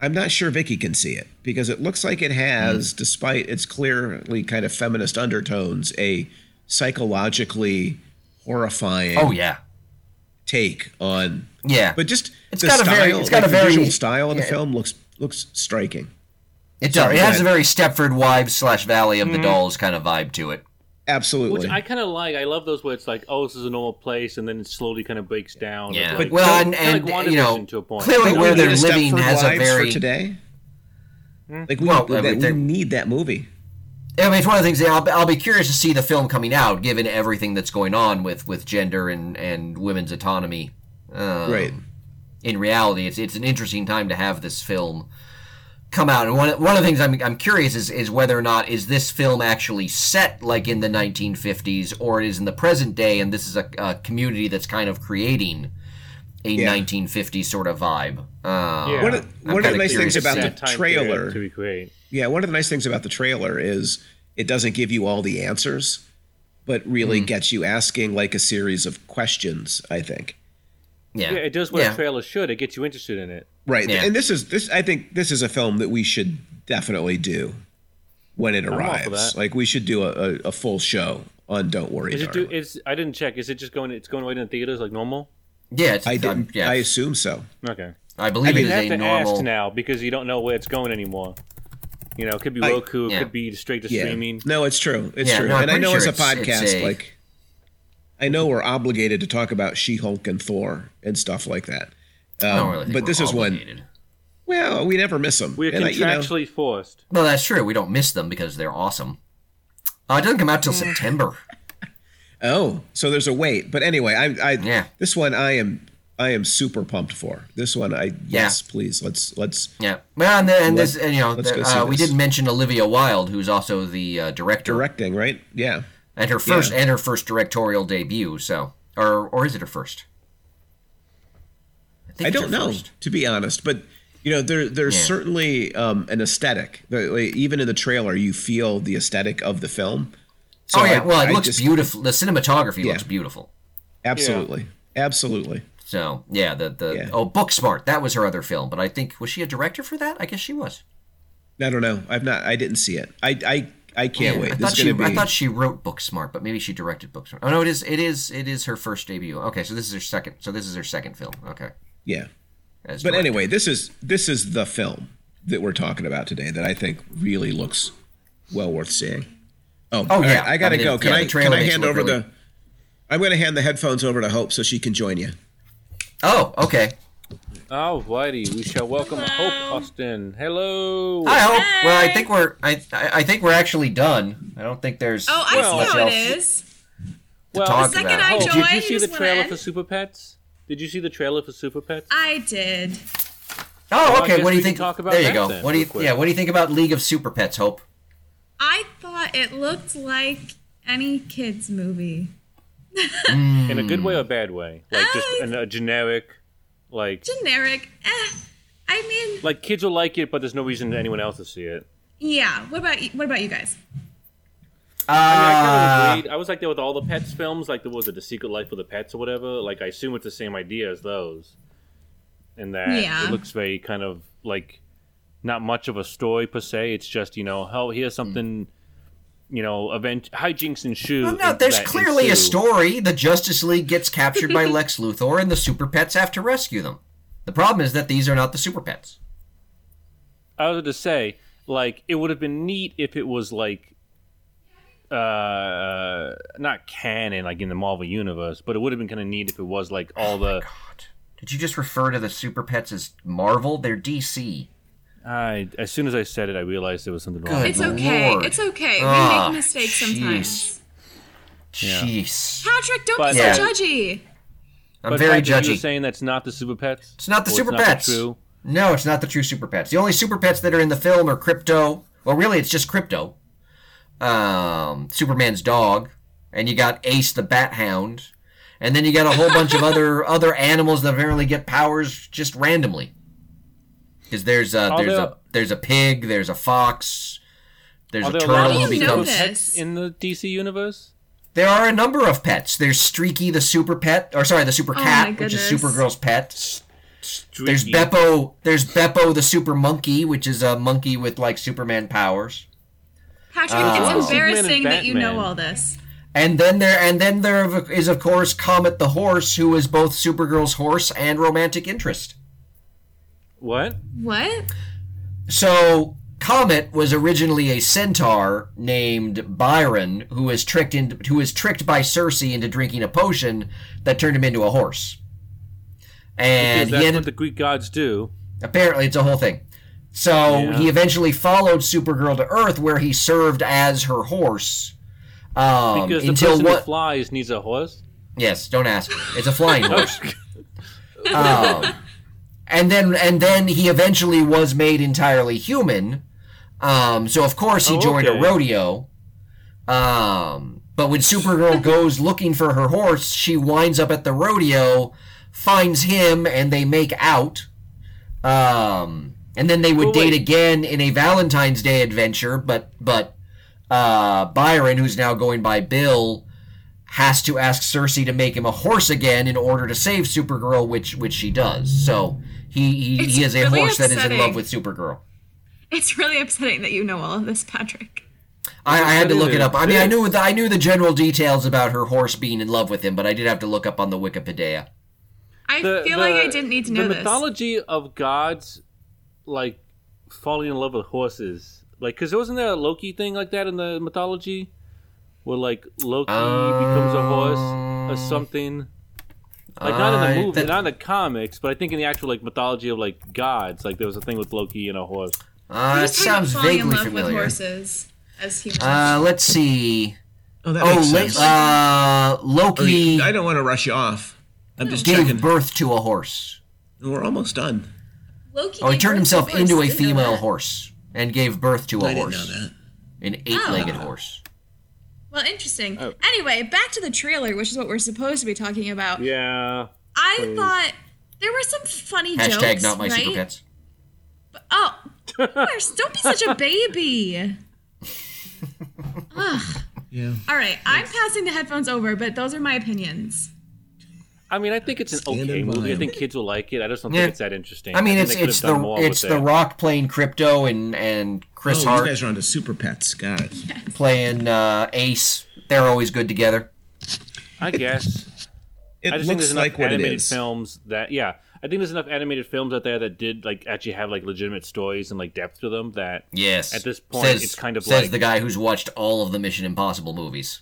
Speaker 2: I'm not sure Vicky can see it because it looks like it has,
Speaker 3: Mm.
Speaker 2: despite its clearly kind of feminist undertones, a psychologically horrifying
Speaker 3: Oh yeah,
Speaker 2: take on.
Speaker 3: yeah.
Speaker 2: But just
Speaker 3: It's
Speaker 2: the
Speaker 3: got a
Speaker 2: style,
Speaker 3: very- it's got
Speaker 2: like
Speaker 3: a
Speaker 2: the
Speaker 3: very-
Speaker 2: visual style of the
Speaker 3: yeah.
Speaker 2: film looks looks striking.
Speaker 3: it does.
Speaker 2: sorry,
Speaker 3: It
Speaker 2: go
Speaker 3: has
Speaker 2: ahead.
Speaker 3: a very Stepford Wives slash Valley
Speaker 2: Mm.
Speaker 3: of the Dolls kind of vibe to it.
Speaker 2: Absolutely.
Speaker 1: Which I kind of like. I love those where it's like, oh, this is a normal place, and then it slowly kind of breaks down.
Speaker 3: Yeah.
Speaker 1: Like,
Speaker 3: well, and,
Speaker 1: kinda
Speaker 3: and
Speaker 1: like
Speaker 3: uh, you
Speaker 1: WandaVision
Speaker 3: know,
Speaker 1: to a point.
Speaker 3: clearly
Speaker 2: Don't
Speaker 3: where
Speaker 2: we need
Speaker 3: they're
Speaker 2: a
Speaker 3: living
Speaker 2: Stepford
Speaker 3: has a
Speaker 2: Wives
Speaker 3: very.
Speaker 2: for today. Like we,
Speaker 3: Well,
Speaker 2: that-
Speaker 3: I mean,
Speaker 2: we
Speaker 3: they're-
Speaker 2: need that movie.
Speaker 3: I mean, it's one of the things. that I'll, I'll be curious to see the film coming out, given everything that's going on with with gender and and women's autonomy. Um,
Speaker 2: Right.
Speaker 3: in reality, it's it's an interesting time to have this film come out. And one of- one of the things I'm I'm curious is is whether or not is this film actually set like in the 1950s or it is in the present day, and this is a, a community that's kind of creating a 1950s sort of vibe. Um,
Speaker 1: Yeah.
Speaker 2: One of,
Speaker 3: I'm
Speaker 2: one of the
Speaker 3: kinda
Speaker 2: nice
Speaker 3: curious
Speaker 2: things
Speaker 3: to
Speaker 2: about
Speaker 3: see.
Speaker 2: the
Speaker 1: That time period
Speaker 2: trailer,
Speaker 1: to recreate.
Speaker 2: yeah, one of the nice things about the trailer is it doesn't give you all the answers, but really
Speaker 3: Mm-hmm.
Speaker 2: gets you asking like a series of questions. I think.
Speaker 3: yeah,
Speaker 1: Yeah, it does what
Speaker 3: Yeah.
Speaker 1: a trailer should. It gets you interested in it.
Speaker 2: Right,
Speaker 3: Yeah.
Speaker 2: and this is this. I think this is a film that we should definitely do when it
Speaker 1: all for
Speaker 2: arrives.
Speaker 1: that.
Speaker 2: Like we should do a, a, a full show on "Don't Worry."
Speaker 1: Is it do?
Speaker 2: Darling.
Speaker 1: Is I didn't check. Is it just going? It's going right in the theaters like normal.
Speaker 3: yeah. It's,
Speaker 2: I
Speaker 3: I
Speaker 2: didn't.
Speaker 3: Uh, yeah,
Speaker 2: I
Speaker 3: I,
Speaker 2: assume so.
Speaker 1: Okay.
Speaker 3: believe
Speaker 2: I mean,
Speaker 3: it
Speaker 1: You
Speaker 3: is
Speaker 1: have
Speaker 3: a
Speaker 1: to
Speaker 3: normal.
Speaker 1: ask now because you don't know where it's going anymore. You know, it could be
Speaker 2: I-
Speaker 1: Roku,
Speaker 3: yeah.
Speaker 1: it could be straight to
Speaker 2: Yeah.
Speaker 1: streaming.
Speaker 2: No, it's true. It's
Speaker 3: Yeah,
Speaker 2: true.
Speaker 3: no, I'm
Speaker 2: and I
Speaker 3: pretty
Speaker 2: know
Speaker 3: sure
Speaker 2: as a
Speaker 3: it's- it's
Speaker 2: podcast,
Speaker 3: a-
Speaker 2: like, I know we're obligated to talk about She Hulk and Thor and stuff like that. Um,
Speaker 3: I don't really think
Speaker 2: but
Speaker 3: we're
Speaker 2: this is one-
Speaker 3: obligated.
Speaker 2: Well, we never miss them.
Speaker 1: We're
Speaker 2: And I- you know,
Speaker 1: contractually forced.
Speaker 3: Well, that's true. We don't miss them because they're awesome. Uh, it doesn't come out till
Speaker 2: Mm.
Speaker 3: September.
Speaker 2: oh, so there's a wait. But anyway, I, I
Speaker 3: Yeah.
Speaker 2: this one I am I am super pumped for. This one, I yes, please let's let's
Speaker 3: Yeah. Well, and, then, and this, and, you know,
Speaker 2: Let's go
Speaker 3: the-
Speaker 2: see
Speaker 3: uh, we
Speaker 2: this.
Speaker 3: did mention Olivia Wilde, who's also the uh, director,
Speaker 2: directing right. Yeah,
Speaker 3: and her first
Speaker 2: yeah.
Speaker 3: and her first directorial debut. So, or or is it her first? think
Speaker 2: I
Speaker 3: it's
Speaker 2: don't
Speaker 3: her
Speaker 2: know
Speaker 3: first.
Speaker 2: to be honest, but you know there there's
Speaker 3: Yeah.
Speaker 2: certainly um, an aesthetic. There- like, even in the trailer, you feel the aesthetic of the film. So
Speaker 3: oh yeah.
Speaker 2: I-
Speaker 3: well, it
Speaker 2: I
Speaker 3: looks
Speaker 2: just-
Speaker 3: beautiful. The cinematography
Speaker 2: Yeah.
Speaker 3: looks beautiful.
Speaker 2: Absolutely, absolutely.
Speaker 3: So yeah, the the
Speaker 2: Yeah.
Speaker 3: oh Book Smart that was her other film, but I think was she a director for that? I guess she was.
Speaker 2: I don't know. I've not. I didn't see it. I I I can't
Speaker 3: Yeah,
Speaker 2: wait.
Speaker 3: I
Speaker 2: this
Speaker 3: thought
Speaker 2: is
Speaker 3: she
Speaker 2: gonna be.
Speaker 3: I thought she wrote Booksmart, but maybe she directed Booksmart. Oh no, it is it is it is her first debut. Okay, so this is her second. So this is her second film. Okay.
Speaker 2: yeah.
Speaker 3: As
Speaker 2: But
Speaker 3: director.
Speaker 2: anyway, this is this is the film that we're talking about today that I think really looks well worth seeing. Oh, all right,
Speaker 3: yeah.
Speaker 2: I gotta
Speaker 3: I mean,
Speaker 2: go.
Speaker 3: it-
Speaker 2: Can
Speaker 3: yeah,
Speaker 2: I
Speaker 3: the trailer
Speaker 2: can I
Speaker 3: makes it
Speaker 2: hand
Speaker 3: look
Speaker 2: over
Speaker 3: really-
Speaker 2: the? I'm gonna hand the headphones over to Hope so she can join you.
Speaker 3: Oh, okay.
Speaker 1: Alrighty, we shall welcome Hope Austin. Hello.
Speaker 3: I hope. Well, I think we're I I I think we're actually done. I don't think there's.
Speaker 4: Oh, I
Speaker 1: Well,
Speaker 4: see how
Speaker 3: much
Speaker 4: it
Speaker 3: else.
Speaker 4: is.
Speaker 1: well,
Speaker 3: talk
Speaker 4: The second
Speaker 3: about.
Speaker 4: I
Speaker 1: Hope,
Speaker 4: joined,
Speaker 1: Oh, did you see the
Speaker 4: just went
Speaker 1: trailer
Speaker 4: in.
Speaker 1: for Super Pets? Did you see the trailer for Super Pets?
Speaker 4: I did.
Speaker 3: Oh,
Speaker 1: I
Speaker 3: okay.
Speaker 1: guess
Speaker 3: What
Speaker 1: we
Speaker 3: do you
Speaker 1: can
Speaker 3: think?
Speaker 1: talk about
Speaker 3: there you
Speaker 1: that
Speaker 3: go.
Speaker 1: then,
Speaker 3: What do you?
Speaker 1: real quick.
Speaker 3: Yeah. What do you think about League of Super Pets? Hope.
Speaker 4: I thought it looked like any kids movie.
Speaker 1: In a good way or
Speaker 3: Mm.
Speaker 1: a bad way? Like just
Speaker 4: I-
Speaker 1: in a generic, like
Speaker 4: Generic. Eh. I mean,
Speaker 1: like kids will like it, but there's no reason anyone else to see it.
Speaker 4: yeah. What about you, what about you guys?
Speaker 1: I,
Speaker 3: Uh,
Speaker 1: kind of agreed. I was like that with all the pets films, like there was it, the Secret Life of the Pets or whatever. Like I assume it's the same idea as those, in that
Speaker 4: Yeah.
Speaker 1: it looks very kind of like not much of a story per se. It's just you know how
Speaker 3: Hmm.
Speaker 1: here's something, you know, event hijinks and shoes.
Speaker 3: no, there's clearly a story. The Justice League gets captured by Lex Luthor, and the Super Pets have to rescue them. The problem is that these are not the Super Pets.
Speaker 1: I was going to say, like, it would have been neat if it was like, uh, not canon, like in the Marvel universe, but it would have been kind of neat if it was like all the.
Speaker 3: God. Did you just refer to the Super Pets as Marvel? They're DC.
Speaker 1: I, as soon as I said it, I realized there was something wrong.
Speaker 3: Good.
Speaker 4: It's okay.
Speaker 3: Lord.
Speaker 4: It's okay. We
Speaker 3: Ah,
Speaker 4: make mistakes
Speaker 3: jeez.
Speaker 4: sometimes.
Speaker 3: Jeez.
Speaker 4: Patrick, don't
Speaker 1: But-
Speaker 4: be so
Speaker 1: Yeah.
Speaker 4: judgy.
Speaker 3: I'm
Speaker 1: But
Speaker 3: very
Speaker 1: Patrick, You're
Speaker 3: judgy.
Speaker 1: saying that's not the super pets. It's
Speaker 3: not the Super Pets.
Speaker 1: true.
Speaker 3: No, it's not the true Super Pets. The only Super Pets that are in the film are Crypto. Well, really, it's just Crypto, um, Superman's dog, and you got Ace the Bat Hound, and then you got a whole bunch of other other animals that apparently get powers just randomly. Because there's a there's a
Speaker 1: Although-
Speaker 3: there's a pig, there's a fox, there's
Speaker 1: Are
Speaker 3: a
Speaker 1: there a lot
Speaker 3: turtle
Speaker 1: of
Speaker 4: How
Speaker 3: who
Speaker 4: do you know
Speaker 1: super
Speaker 3: becomes
Speaker 4: this?
Speaker 1: pets in the DC universe?
Speaker 3: There are a number of pets. There's Streaky, the super pet, or sorry, the super
Speaker 4: Oh my
Speaker 3: cat, which is
Speaker 4: goodness.
Speaker 3: Supergirl's pet. There's
Speaker 1: Streaky.
Speaker 3: Beppo. There's Beppo the super monkey, which is a monkey with like Superman powers.
Speaker 4: Patrick,
Speaker 1: Wow.
Speaker 4: it's embarrassing
Speaker 1: Superman and
Speaker 4: that you know
Speaker 1: Batman.
Speaker 4: all this.
Speaker 3: And then there, and then there is of course Comet the horse, who is both Supergirl's horse and romantic interest.
Speaker 1: What?
Speaker 4: What?
Speaker 3: So Comet was originally a centaur named Byron, who was tricked into, who was tricked by Cersei into drinking a potion that turned him into a horse.
Speaker 1: Because
Speaker 3: And he
Speaker 1: that's
Speaker 3: ended,
Speaker 1: what the Greek gods do.
Speaker 3: Apparently, it's a whole thing. So
Speaker 1: Yeah.
Speaker 3: he eventually followed Supergirl to Earth, where he served as her horse. Um,
Speaker 1: Because the
Speaker 3: until
Speaker 1: person
Speaker 3: what?
Speaker 1: who flies needs a horse.
Speaker 3: yes, don't ask. It's a flying
Speaker 1: Oh,
Speaker 3: horse. um, and then, and then he eventually was made entirely human. Um, so of course he
Speaker 1: Oh,
Speaker 3: joined
Speaker 1: okay.
Speaker 3: a rodeo. Um, but when Supergirl goes looking for her horse, she winds up at the rodeo, finds him, and they make out. Um, and then they would
Speaker 1: But
Speaker 3: date
Speaker 1: wait.
Speaker 3: again in a Valentine's Day adventure, but but uh, Byron, who's now going by Bill, has to ask Cersei to make him a horse again in order to save Supergirl, which which she does. So he he,
Speaker 4: It's
Speaker 3: he is a
Speaker 4: really
Speaker 3: horse that is in
Speaker 4: upsetting.
Speaker 3: love with Supergirl.
Speaker 4: It's really upsetting that you know all of this, Patrick.
Speaker 3: I, I had to look it up. I mean, I
Speaker 1: This-
Speaker 3: knew the, I knew the general details about her horse being in love with him, but I did have to look up on the Wikipedia.
Speaker 4: I
Speaker 1: The-
Speaker 4: feel like I
Speaker 1: the-
Speaker 4: didn't need to know
Speaker 1: the
Speaker 4: this.
Speaker 1: mythology of gods, like falling in love with horses, like because wasn't there a Loki thing like that in the mythology, where like Loki becomes a horse or something. Like not in
Speaker 3: Um, I-
Speaker 1: the movie,
Speaker 3: that-
Speaker 1: not in the comics, but I think in the actual like mythology of like gods, like there was a thing with Loki and a horse.
Speaker 3: Uh, it
Speaker 4: Who's talking about
Speaker 3: sounds
Speaker 4: falling in
Speaker 3: vaguely
Speaker 4: love with
Speaker 3: familiar.
Speaker 4: horses as humans.
Speaker 3: Uh, let's see.
Speaker 2: Oh, that
Speaker 3: Oh,
Speaker 2: makes
Speaker 3: la-
Speaker 2: sense.
Speaker 3: uh,
Speaker 2: Or
Speaker 3: Loki
Speaker 2: you- I don't want to rush you off. I'm just checking.
Speaker 3: gave birth to a horse.
Speaker 2: We're almost done.
Speaker 4: Loki
Speaker 3: Oh, he
Speaker 4: gave
Speaker 3: turned
Speaker 4: birth
Speaker 3: himself
Speaker 4: to
Speaker 3: into a
Speaker 4: horse, didn't know
Speaker 3: female
Speaker 4: that.
Speaker 3: horse and gave birth to a
Speaker 2: I didn't know
Speaker 3: horse,
Speaker 2: that.
Speaker 4: Oh.
Speaker 3: an eight-legged horse.
Speaker 4: Well, interesting. Anyway, back to the trailer, which is what we're supposed to be talking about.
Speaker 1: Yeah,
Speaker 4: I thought there were some funny
Speaker 3: Hashtag
Speaker 4: jokes,
Speaker 3: not my
Speaker 4: right?
Speaker 3: super pets.
Speaker 4: Oh, Morse, don't be such a baby.
Speaker 2: Yeah.
Speaker 4: All right, I'm passing the headphones over, but those are my opinions.
Speaker 1: I mean, I think it's an
Speaker 2: Stand
Speaker 1: okay
Speaker 2: in
Speaker 1: movie. I
Speaker 2: line.
Speaker 1: think kids will like it. I just don't
Speaker 3: Yeah.
Speaker 1: think it's that interesting.
Speaker 3: I mean,
Speaker 1: think
Speaker 3: it's
Speaker 1: they could've
Speaker 3: it's
Speaker 1: done
Speaker 3: the
Speaker 1: more
Speaker 3: it's
Speaker 1: with
Speaker 3: the
Speaker 1: it.
Speaker 3: Rock playing Crypto and and
Speaker 2: Oh,
Speaker 3: Chris
Speaker 2: you
Speaker 3: Hart
Speaker 2: guys are onto super pets. Got it.
Speaker 3: playing uh, Ace. They're always good together.
Speaker 1: I guess. I
Speaker 2: It
Speaker 1: just think
Speaker 2: looks
Speaker 1: there's enough
Speaker 2: like what it
Speaker 1: animated
Speaker 2: is.
Speaker 1: films that yeah, I think there's enough animated films out there that did like actually have like legitimate stories and like depth to them that
Speaker 3: Yes.
Speaker 1: At this point,
Speaker 3: Says-
Speaker 1: it's kind of
Speaker 3: says
Speaker 1: like-
Speaker 3: the guy who's watched all of the Mission Impossible movies.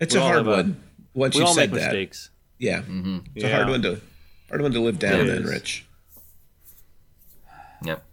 Speaker 2: It's
Speaker 1: We
Speaker 2: a
Speaker 1: all have
Speaker 2: hard
Speaker 1: a-
Speaker 2: one. Once
Speaker 1: we
Speaker 2: you
Speaker 1: all
Speaker 2: said
Speaker 1: make
Speaker 2: that,
Speaker 1: mistakes.
Speaker 2: yeah, mm-hmm. it's
Speaker 1: Yeah.
Speaker 2: a hard one to hard one to live down.
Speaker 1: It
Speaker 2: Then,
Speaker 1: is.
Speaker 2: Rich.
Speaker 3: Yep.